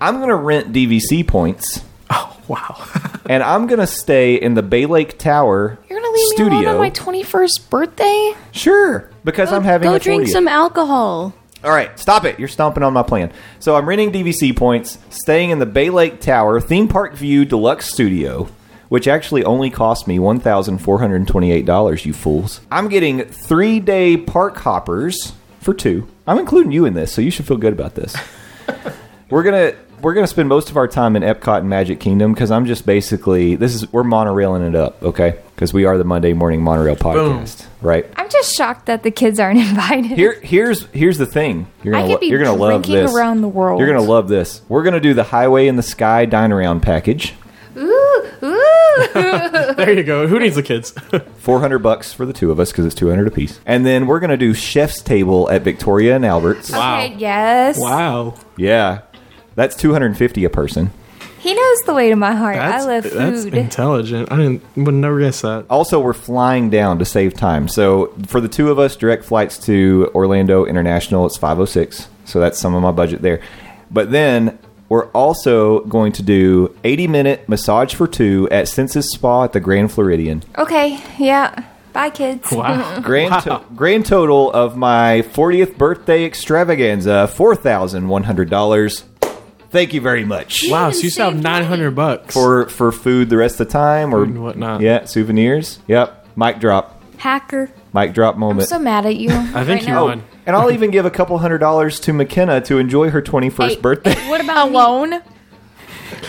Speaker 1: I'm going to rent DVC points
Speaker 4: Wow.
Speaker 1: and I'm gonna stay in the Bay Lake Tower
Speaker 6: You're gonna leave
Speaker 1: studio.
Speaker 6: me alone on my 21st birthday?
Speaker 1: sure, because I'm having
Speaker 3: Go
Speaker 1: a
Speaker 3: drink
Speaker 1: 40th.
Speaker 3: some alcohol.
Speaker 1: All right, stop it. You're stomping on my plan. So I'm renting DVC points, staying in the Bay Lake Tower Theme Park View Deluxe Studio, which actually only cost me $1,428, you fools. I'm getting three day park hoppers for two. I'm including you in this, so you should feel good about this. we're gonna we're gonna spend most of our time in Epcot and Magic Kingdom because I'm just basically this is we're monorailing it up, okay? Because we are the Monday morning monorail podcast, right?
Speaker 2: I'm just shocked that the kids aren't invited.
Speaker 1: Here, here's here's the thing. You're
Speaker 6: I
Speaker 1: gonna,
Speaker 6: could
Speaker 1: lo-
Speaker 6: be
Speaker 1: you're gonna love
Speaker 6: drinking
Speaker 1: this.
Speaker 6: around the world.
Speaker 1: You're gonna love this. We're gonna do the Highway in the Sky Dine Around package.
Speaker 2: Ooh, ooh.
Speaker 4: there you go. Who needs the kids?
Speaker 1: Four hundred bucks for the two of us because it's two hundred apiece. And then we're gonna do Chef's Table at Victoria and Alberts.
Speaker 2: Okay, yes.
Speaker 4: wow.
Speaker 1: Yeah, that's two hundred and fifty a person.
Speaker 2: He knows the way to my heart.
Speaker 4: That's,
Speaker 2: I love
Speaker 4: that's
Speaker 2: food.
Speaker 4: intelligent. I didn't would never guess that.
Speaker 1: Also, we're flying down to save time. So for the two of us, direct flights to Orlando International, it's five oh six. So that's some of my budget there. But then we're also going to do eighty minute massage for two at Census Spa at the Grand Floridian.
Speaker 2: Okay, yeah. Bye, kids.
Speaker 4: Oh, Wow.
Speaker 1: Grand, to- grand total of my 40th birthday extravaganza, $4,100. Thank you very much.
Speaker 4: wow, so you still have
Speaker 3: saved
Speaker 4: 900 bucks.
Speaker 1: For, for food the rest of the time or
Speaker 4: and whatnot.
Speaker 1: Yeah, souvenirs. Yep. Mic drop.
Speaker 3: Hacker.
Speaker 1: Mic drop
Speaker 6: I'm
Speaker 1: moment.
Speaker 6: so mad at you.
Speaker 4: I think
Speaker 6: right
Speaker 4: you
Speaker 6: now.
Speaker 4: won.
Speaker 1: and I'll even give a couple hundred dollars to McKenna to enjoy her 21st
Speaker 6: Hey,
Speaker 1: birthday.
Speaker 3: What about me?
Speaker 6: alone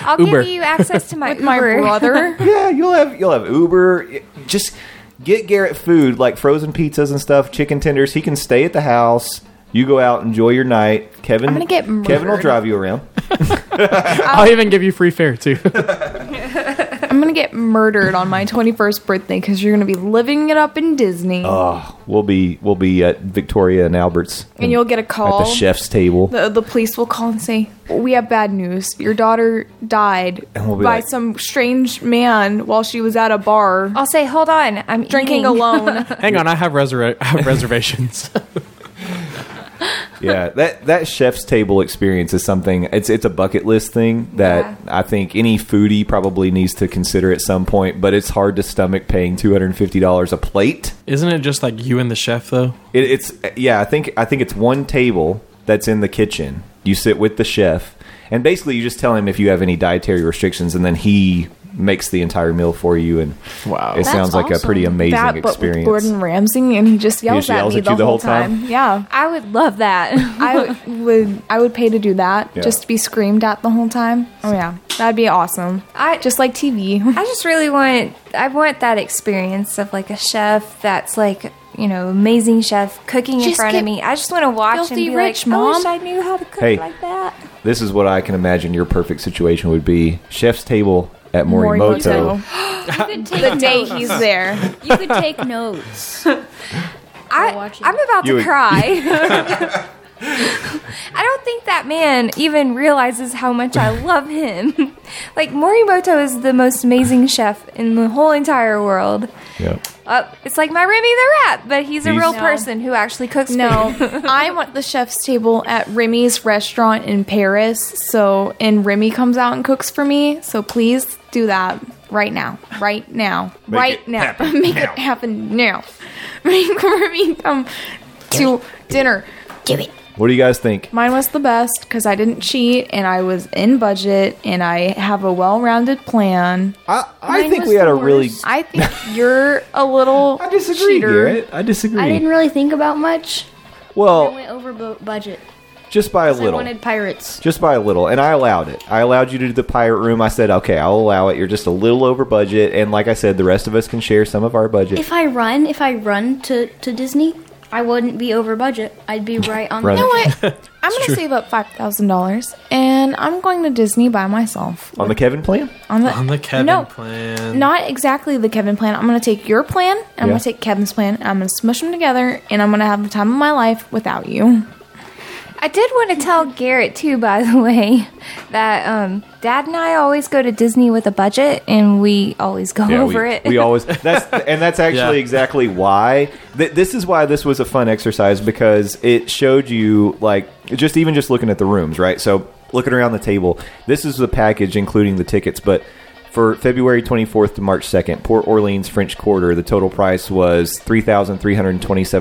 Speaker 2: I'll
Speaker 4: Uber.
Speaker 2: give you access to my
Speaker 6: with
Speaker 2: Uber.
Speaker 6: my brother.
Speaker 1: yeah, you'll have you'll have Uber. Just get Garrett food like frozen pizzas and stuff, chicken tenders. He can stay at the house. You go out, enjoy your night. Kevin,
Speaker 6: gonna get
Speaker 1: Kevin will
Speaker 6: murdered.
Speaker 1: drive you around.
Speaker 4: Oh, I'll even give you free fare too.
Speaker 6: I'm gonna get murdered on my 21st birthday because you're gonna be living it up in Disney,
Speaker 4: Oh.
Speaker 1: We'll be we'll be at Victoria and Albert's,
Speaker 6: and you'll get a
Speaker 1: at
Speaker 6: call.
Speaker 1: the chef's table.
Speaker 6: The, the police will call and say, "We have bad news. Your daughter died
Speaker 1: And we'll be
Speaker 6: by
Speaker 1: like-
Speaker 6: some strange man while she was at a bar
Speaker 2: I'll say, hold on. I'm
Speaker 6: drinking
Speaker 2: eating.
Speaker 6: alone."
Speaker 4: Hang on, I have, resurre- I have reservations.
Speaker 1: yeah, that that chef's table experience is something. It's it's a bucket list thing that I think any foodie probably needs to consider at some point. But it's hard to stomach paying two hundred and fifty dollars a plate.
Speaker 4: Isn't it just like you and the chef though?
Speaker 1: It, it's yeah, I think I think it's one table that's in the kitchen. You sit with the chef, and basically you just tell him if you have any dietary restrictions, and then he makes the entire meal for you. And
Speaker 4: Wow.
Speaker 1: it sounds like a pretty amazing
Speaker 6: that, but with
Speaker 1: experience.
Speaker 6: Gordon Ramsay, and he just yells,
Speaker 1: just yells
Speaker 6: at me
Speaker 1: at you
Speaker 6: the, whole time. Yeah,
Speaker 2: I would love that.
Speaker 6: I would I would pay to do that
Speaker 1: Yeah.
Speaker 6: just to be screamed at the whole time. Oh yeah, that'd be awesome.
Speaker 2: I
Speaker 6: Just like TV.
Speaker 2: I just really want I want that experience of like a chef that's like you know amazing chef cooking in
Speaker 3: Just
Speaker 2: front of
Speaker 3: get
Speaker 2: me. I just want to watch and
Speaker 3: filthy
Speaker 2: be
Speaker 3: rich,
Speaker 2: like, I wish
Speaker 3: Mom."
Speaker 2: I knew how to cook
Speaker 1: Hey.
Speaker 2: like that.
Speaker 1: This is what I can imagine your perfect situation would be: chef's table at Morimoto.
Speaker 3: You could take
Speaker 6: The day he's there,
Speaker 3: You could take notes.
Speaker 2: I,
Speaker 3: watch it.
Speaker 2: I'm about
Speaker 1: You
Speaker 2: to
Speaker 1: would-
Speaker 2: cry. I don't think that man even realizes how much I love him. like Morimoto is the most amazing chef in the whole entire world.
Speaker 1: Yeah.
Speaker 2: Uh, it's like my Remy the Rat, but he's a
Speaker 1: He's-
Speaker 2: real
Speaker 1: No.
Speaker 2: person who actually cooks.
Speaker 6: no,
Speaker 2: food.
Speaker 6: I want the chef's table at Remy's restaurant in Paris. So and Remy comes out and cooks for me. So please do that right now, right now, right
Speaker 1: it
Speaker 6: now.
Speaker 1: happen
Speaker 6: Make
Speaker 1: now.
Speaker 6: it happen now. Make Remy come to dinner.
Speaker 1: What do you guys think?
Speaker 6: Mine was the best because I didn't cheat and I was in budget and I have a well rounded plan.
Speaker 1: I, I
Speaker 3: Mine
Speaker 1: think
Speaker 3: was
Speaker 1: we had
Speaker 3: the
Speaker 1: a really.
Speaker 3: worst.
Speaker 6: I think you're a little.
Speaker 1: I disagree,
Speaker 6: cheater.
Speaker 1: Garrett. I disagree.
Speaker 3: I didn't really think about much. I
Speaker 1: well,
Speaker 3: went over bu- budget.
Speaker 1: just by a
Speaker 3: 'Cause I
Speaker 1: little.
Speaker 3: wanted pirates.
Speaker 1: just by a little and i allowed it i allowed you to do the pirate room i said okay i'll allow it you're just a little over budget and like i said the rest of us can share some of our budget
Speaker 3: If I run, if I run to, to Disney, I wouldn't be over budget. I'd be right on
Speaker 1: Run.
Speaker 3: the
Speaker 6: You know what? I'm going to save up $5,000 and I'm going to Disney by myself.
Speaker 1: on the kevin plan
Speaker 6: On the,
Speaker 4: On the Kevin
Speaker 6: no,
Speaker 4: plan.
Speaker 6: Not exactly the Kevin plan. I'm going to take your plan and I'm
Speaker 1: Yeah.
Speaker 6: going to take Kevin's plan and I'm going to smush them together and I'm going to have the time of my life without you.
Speaker 2: I did want to tell Garrett too, by the way, that um, Dad and I always go to Disney with a budget, and we always go over
Speaker 1: we,
Speaker 2: it.
Speaker 1: we always that's and that's actually
Speaker 4: Yeah.
Speaker 1: exactly why th- this is why this was a fun exercise because it showed you like just even just looking at the rooms, right? So looking around the table, this is the package including the tickets, but For February 24th to March 2nd, Port Orleans French Quarter, the total price was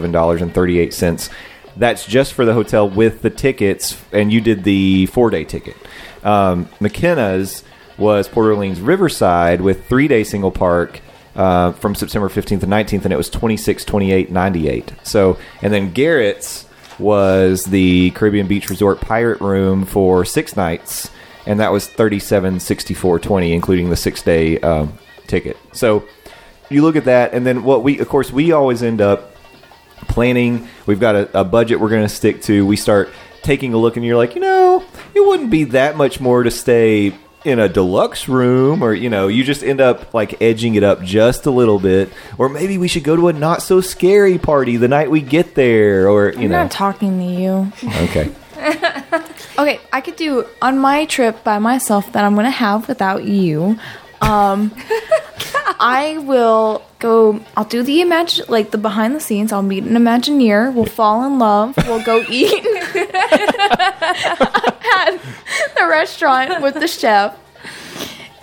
Speaker 1: $3,327.38. That's just for the hotel with the tickets, and you did the four day ticket. Um, McKenna's was Port Orleans Riverside with three day single park uh, from September 15th to 19th, and it was 26, 28, 98. So, and then Garrett's was the Caribbean Beach Resort Pirate Room for six nights, and that was 37, 64, 20, including the six day um, ticket. So, you look at that, and then what we, of course, we always end up planning. We've got a, a budget we're going to stick to. We start taking a look, and you're like, you know, it wouldn't be that much more to stay in a deluxe room, or you know, you just end up like edging it up just a little bit, or maybe we should go to a not so scary party the night we get there, or you
Speaker 6: I'm
Speaker 1: know,
Speaker 6: not talking to you.
Speaker 1: okay.
Speaker 6: Okay, I could do on my trip by myself that I'm gonna have without you. Um, I will go. I'll do the imagine like the behind the scenes. I'll meet an Imagineer. We'll fall in love. We'll go eat at the restaurant with the chef,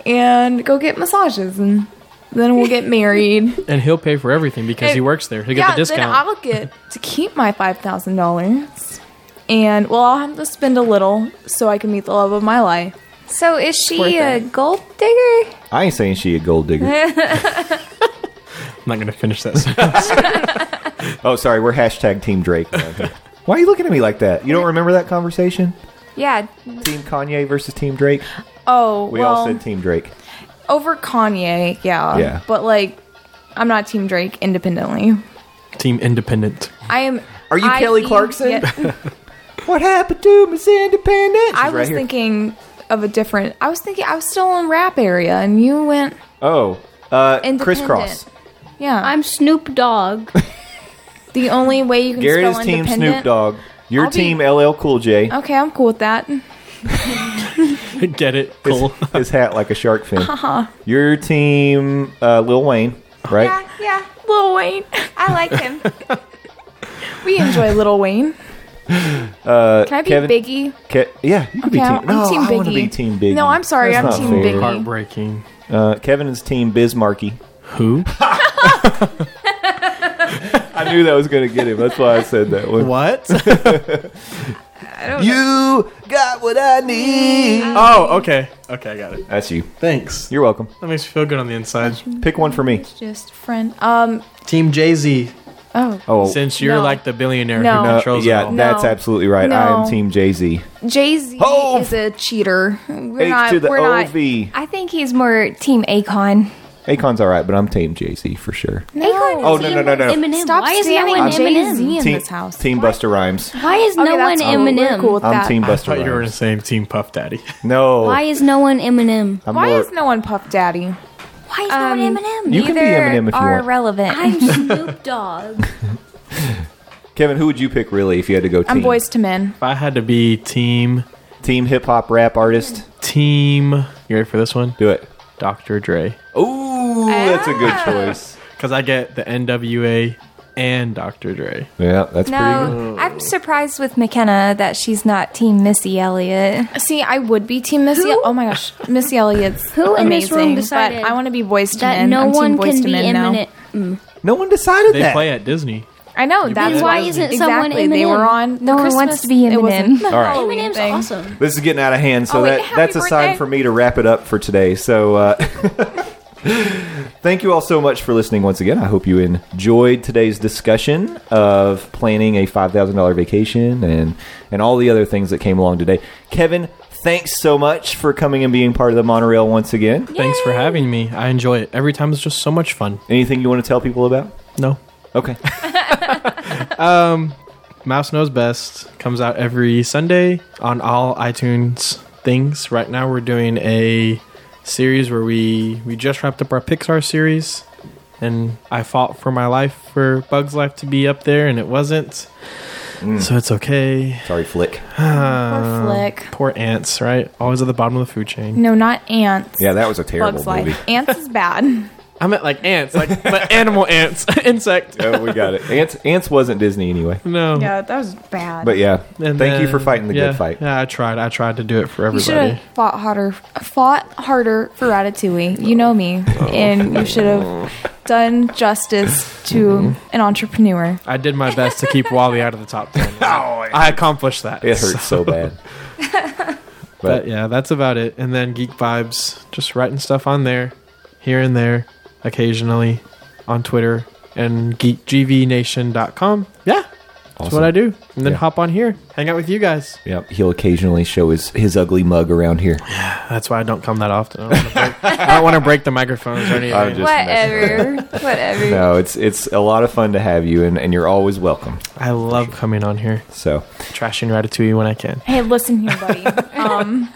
Speaker 6: and go get massages, and then we'll get married.
Speaker 4: And he'll pay for everything because he works there. He'll get
Speaker 6: yeah,
Speaker 4: the discount.
Speaker 6: then I'll get to keep my five thousand dollars, and well, I'll have to spend a little so I can meet the love of my life.
Speaker 2: So is she
Speaker 6: worth
Speaker 2: a
Speaker 6: it.
Speaker 2: gold digger?
Speaker 1: I ain't saying she a gold digger.
Speaker 4: I'm not going to finish that. sentence.
Speaker 1: oh, sorry, we're hashtag Team Drake. around here. Why are you looking at me like that? You don't remember that conversation?
Speaker 2: Yeah.
Speaker 1: Team Kanye versus Team Drake.
Speaker 6: Oh,
Speaker 1: We
Speaker 6: well,
Speaker 1: all said Team Drake.
Speaker 6: over Kanye, yeah.
Speaker 1: Yeah.
Speaker 6: But like, I'm not Team Drake independently.
Speaker 4: Team Independent.
Speaker 6: I am.
Speaker 1: Are you
Speaker 6: I-
Speaker 1: Kelly Clarkson?
Speaker 6: yeah,
Speaker 1: What happened to Miss Independent? She's
Speaker 6: I
Speaker 1: right
Speaker 6: was
Speaker 1: here.
Speaker 6: thinking of a different. I was thinking I was still in rap area, and you went.
Speaker 1: Oh, uh,
Speaker 6: Independent.
Speaker 1: crisscross.
Speaker 6: Yeah,
Speaker 3: I'm Snoop Dogg.
Speaker 6: the only way you can
Speaker 1: Garrett
Speaker 6: spell
Speaker 1: is Team
Speaker 6: independent.
Speaker 1: Snoop Dogg. Your
Speaker 6: I'll be-
Speaker 1: team LL Cool J.
Speaker 6: Okay, I'm cool with that.
Speaker 4: get it?
Speaker 1: His-
Speaker 4: Cool.
Speaker 6: Oh.
Speaker 1: His, hat like a shark fin.
Speaker 6: Uh-huh.
Speaker 1: Your team uh, Lil Wayne, right?
Speaker 2: Yeah, yeah.
Speaker 6: Lil Wayne,
Speaker 2: I like him.
Speaker 6: we enjoy Lil Wayne.
Speaker 1: Uh,
Speaker 6: Can I be
Speaker 1: Kevin-
Speaker 6: Biggie?
Speaker 1: Ke- yeah, you could
Speaker 6: Okay,
Speaker 1: be
Speaker 6: I'm-
Speaker 1: team.
Speaker 6: I'm
Speaker 1: No,
Speaker 6: team
Speaker 1: I want to
Speaker 6: Biggie.
Speaker 1: be team Biggie.
Speaker 6: No, I'm sorry,
Speaker 1: That's
Speaker 6: I'm
Speaker 1: not
Speaker 6: team
Speaker 1: fair.
Speaker 6: Biggie.
Speaker 4: Heartbreaking.
Speaker 1: Uh, Kevin's team Bismarcky.
Speaker 4: Who?
Speaker 1: I knew that was going to get him. That's why I said that one.
Speaker 4: What?
Speaker 1: You got what I need.
Speaker 4: oh, okay. Okay, I got it.
Speaker 1: That's you.
Speaker 4: Thanks.
Speaker 1: You're welcome.
Speaker 4: That makes me feel good on the inside.
Speaker 1: Pick one for me.
Speaker 6: Just friend. Um.
Speaker 4: Team Jay Z.
Speaker 6: Oh,
Speaker 1: Oh,
Speaker 4: Since you're
Speaker 6: No.
Speaker 4: like the billionaire
Speaker 6: No.
Speaker 4: who
Speaker 1: uh,
Speaker 4: controls it
Speaker 1: yeah,
Speaker 4: all.
Speaker 1: that's
Speaker 6: No.
Speaker 1: absolutely right. I am
Speaker 6: No.
Speaker 1: team Jay Z.
Speaker 6: Jay Z
Speaker 1: Hove.
Speaker 6: is a cheater. We're
Speaker 1: H
Speaker 6: not.
Speaker 1: to the
Speaker 6: we're not.
Speaker 1: OV.
Speaker 2: I think he's more Team Akon.
Speaker 1: Akon's all right, but I'm team Jay Z for sure.
Speaker 6: No.
Speaker 1: Oh, no, no, no, no.
Speaker 3: Eminem.
Speaker 6: Stop
Speaker 3: Why is no
Speaker 6: standing
Speaker 3: one
Speaker 6: Jay Z
Speaker 3: Eminem?
Speaker 6: in
Speaker 1: team
Speaker 6: this house.
Speaker 1: team Buster Rhymes.
Speaker 3: Why is
Speaker 6: Okay,
Speaker 3: no one
Speaker 6: that's cool. We're
Speaker 3: Eminem?
Speaker 6: cool with
Speaker 1: I'm
Speaker 6: that.
Speaker 1: team
Speaker 4: I
Speaker 1: Buster
Speaker 4: thought you were
Speaker 1: Rhymes.
Speaker 4: saying Team Puff Daddy.
Speaker 1: No.
Speaker 3: Why is no one Eminem?
Speaker 1: I'm
Speaker 6: Why
Speaker 1: more-
Speaker 6: is no one Puff Daddy?
Speaker 3: Why is no one Eminem?
Speaker 1: You can be
Speaker 2: Neither
Speaker 1: Eminem if you
Speaker 2: are
Speaker 1: want.
Speaker 2: relevant.
Speaker 3: I'm Snoop Dogg.
Speaker 1: Kevin, who would you pick really if you had to go team?
Speaker 6: I'm boys to men.
Speaker 4: If I had to be team,
Speaker 1: Team hip hop rap artist.
Speaker 4: team. You ready for this one?
Speaker 1: Do it.
Speaker 4: Dr. Dre.
Speaker 1: Ooh, that's a good choice.
Speaker 4: Because I get the NWA and Dr. Dre.
Speaker 1: Yeah, that's pretty good.
Speaker 2: no, I'm surprised with McKenna that she's not Team Missy Elliott.
Speaker 6: See, I would be Team Missy. Oh my gosh, Missy Elliott's
Speaker 3: Who in this
Speaker 6: amazing.
Speaker 3: room
Speaker 6: but
Speaker 3: decided
Speaker 6: I want to be boys to
Speaker 3: That
Speaker 6: men.
Speaker 3: no
Speaker 6: I'm team
Speaker 3: one
Speaker 6: boys
Speaker 3: can
Speaker 6: to
Speaker 3: be
Speaker 6: men now.
Speaker 3: Eminem.
Speaker 1: No one decided
Speaker 4: They
Speaker 1: that.
Speaker 4: play at Disney.
Speaker 6: I know that's
Speaker 3: why isn't someone
Speaker 6: exactly they were
Speaker 3: Eminem?
Speaker 6: on. the
Speaker 2: No one
Speaker 6: Christmas-
Speaker 2: wants to be
Speaker 6: it wasn't
Speaker 2: Eminem.
Speaker 6: the
Speaker 2: All
Speaker 1: right.
Speaker 6: Halloween
Speaker 3: Eminem's
Speaker 6: thing.
Speaker 3: awesome.
Speaker 1: This is getting out of hand, so
Speaker 6: Oh, wait,
Speaker 1: that,
Speaker 6: happy
Speaker 1: that's a sign
Speaker 6: birthday.
Speaker 1: for me to wrap it up for today. So, uh, thank you all so much for listening once again. I hope you enjoyed today's discussion of planning a five thousand dollar vacation and and all the other things that came along today. Kevin, thanks so much for coming and being part of the monorail once again.
Speaker 4: Thanks for having me. I enjoy it. Every time it's just so much fun.
Speaker 1: Anything you want to tell people about?
Speaker 4: No.
Speaker 1: Okay.
Speaker 4: Mouse Knows Best comes out every Sunday on all iTunes things. Right now, we're doing a series where we we just wrapped up our Pixar series, and I fought for my life for Bugs Life to be up there, and it wasn't.
Speaker 1: Mm.
Speaker 4: So it's okay.
Speaker 1: Sorry, Flick. Um,
Speaker 6: Poor flick.
Speaker 4: Poor ants, right? Always at the bottom of the food chain.
Speaker 6: No, not ants.
Speaker 1: Yeah, that was a terrible
Speaker 6: Bugs
Speaker 1: movie.
Speaker 6: Life. Ants is bad.
Speaker 4: I meant like ants, like but animal ants, insect.
Speaker 1: Oh, we got it. Ants, Ants wasn't Disney anyway.
Speaker 4: No.
Speaker 6: Yeah, that was bad.
Speaker 1: But yeah,
Speaker 4: And
Speaker 1: thank you for
Speaker 4: then-
Speaker 1: fighting the
Speaker 4: yeah,
Speaker 1: good fight.
Speaker 4: Yeah, I tried. I tried to do it for
Speaker 6: you should have
Speaker 4: everybody.
Speaker 6: fought harder. Fought harder for Ratatouille. You know me,
Speaker 1: Oh.
Speaker 6: and you should have done justice
Speaker 1: Mm-hmm.
Speaker 6: to an entrepreneur.
Speaker 4: I did my best to keep Wally out of the top ten. I accomplished that.
Speaker 1: It hurts so bad.
Speaker 4: But yeah, that's about it. And then Geek Vibes, just writing stuff on there, here and there, occasionally, on Twitter and geekgvnation.com. Yeah, that's what I do. And then
Speaker 1: Yeah.
Speaker 4: hop on here, hang out with you guys.
Speaker 1: Yep, he'll occasionally show his, his ugly mug around here.
Speaker 4: That's why I don't come that often. I don't wanna break- I don't want to break the microphones or anything.
Speaker 1: I'm just messing
Speaker 2: Whatever. Whatever.
Speaker 1: No, it's it's a lot of fun to have you, and, and you're always welcome.
Speaker 4: I love coming on here,
Speaker 1: So
Speaker 4: trashing Ratatouille when I can.
Speaker 6: Hey, listen here, buddy. Um,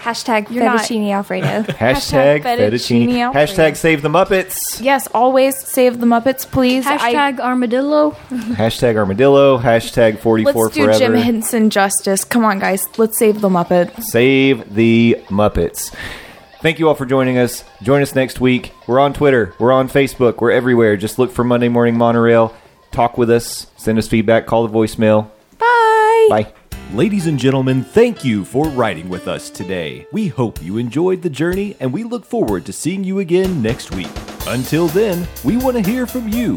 Speaker 2: Hashtag
Speaker 6: You're not-
Speaker 2: fettuccine alfredo.
Speaker 1: hashtag,
Speaker 6: Hashtag
Speaker 1: fettuccine,
Speaker 6: fettuccine Alfredo.
Speaker 1: hashtag save the Muppets,
Speaker 6: yes, always save the Muppets, please. I,
Speaker 3: Hashtag armadillo.
Speaker 1: hashtag armadillo, hashtag 44
Speaker 6: let's do
Speaker 1: forever.
Speaker 6: Jim Henson justice. Come on, guys. Let's save the Muppets.
Speaker 1: Save the Muppets. Thank you all for joining us. Join us next week. We're on Twitter. We're on Facebook. We're everywhere. Just look for Monday Morning Monorail. Talk with us. Send us feedback. Call the voicemail.
Speaker 6: Bye.
Speaker 1: Bye.
Speaker 8: Ladies and gentlemen, thank you for riding with us today. We hope you enjoyed the journey and we look forward to seeing you again next week. Until then, we want to hear from you.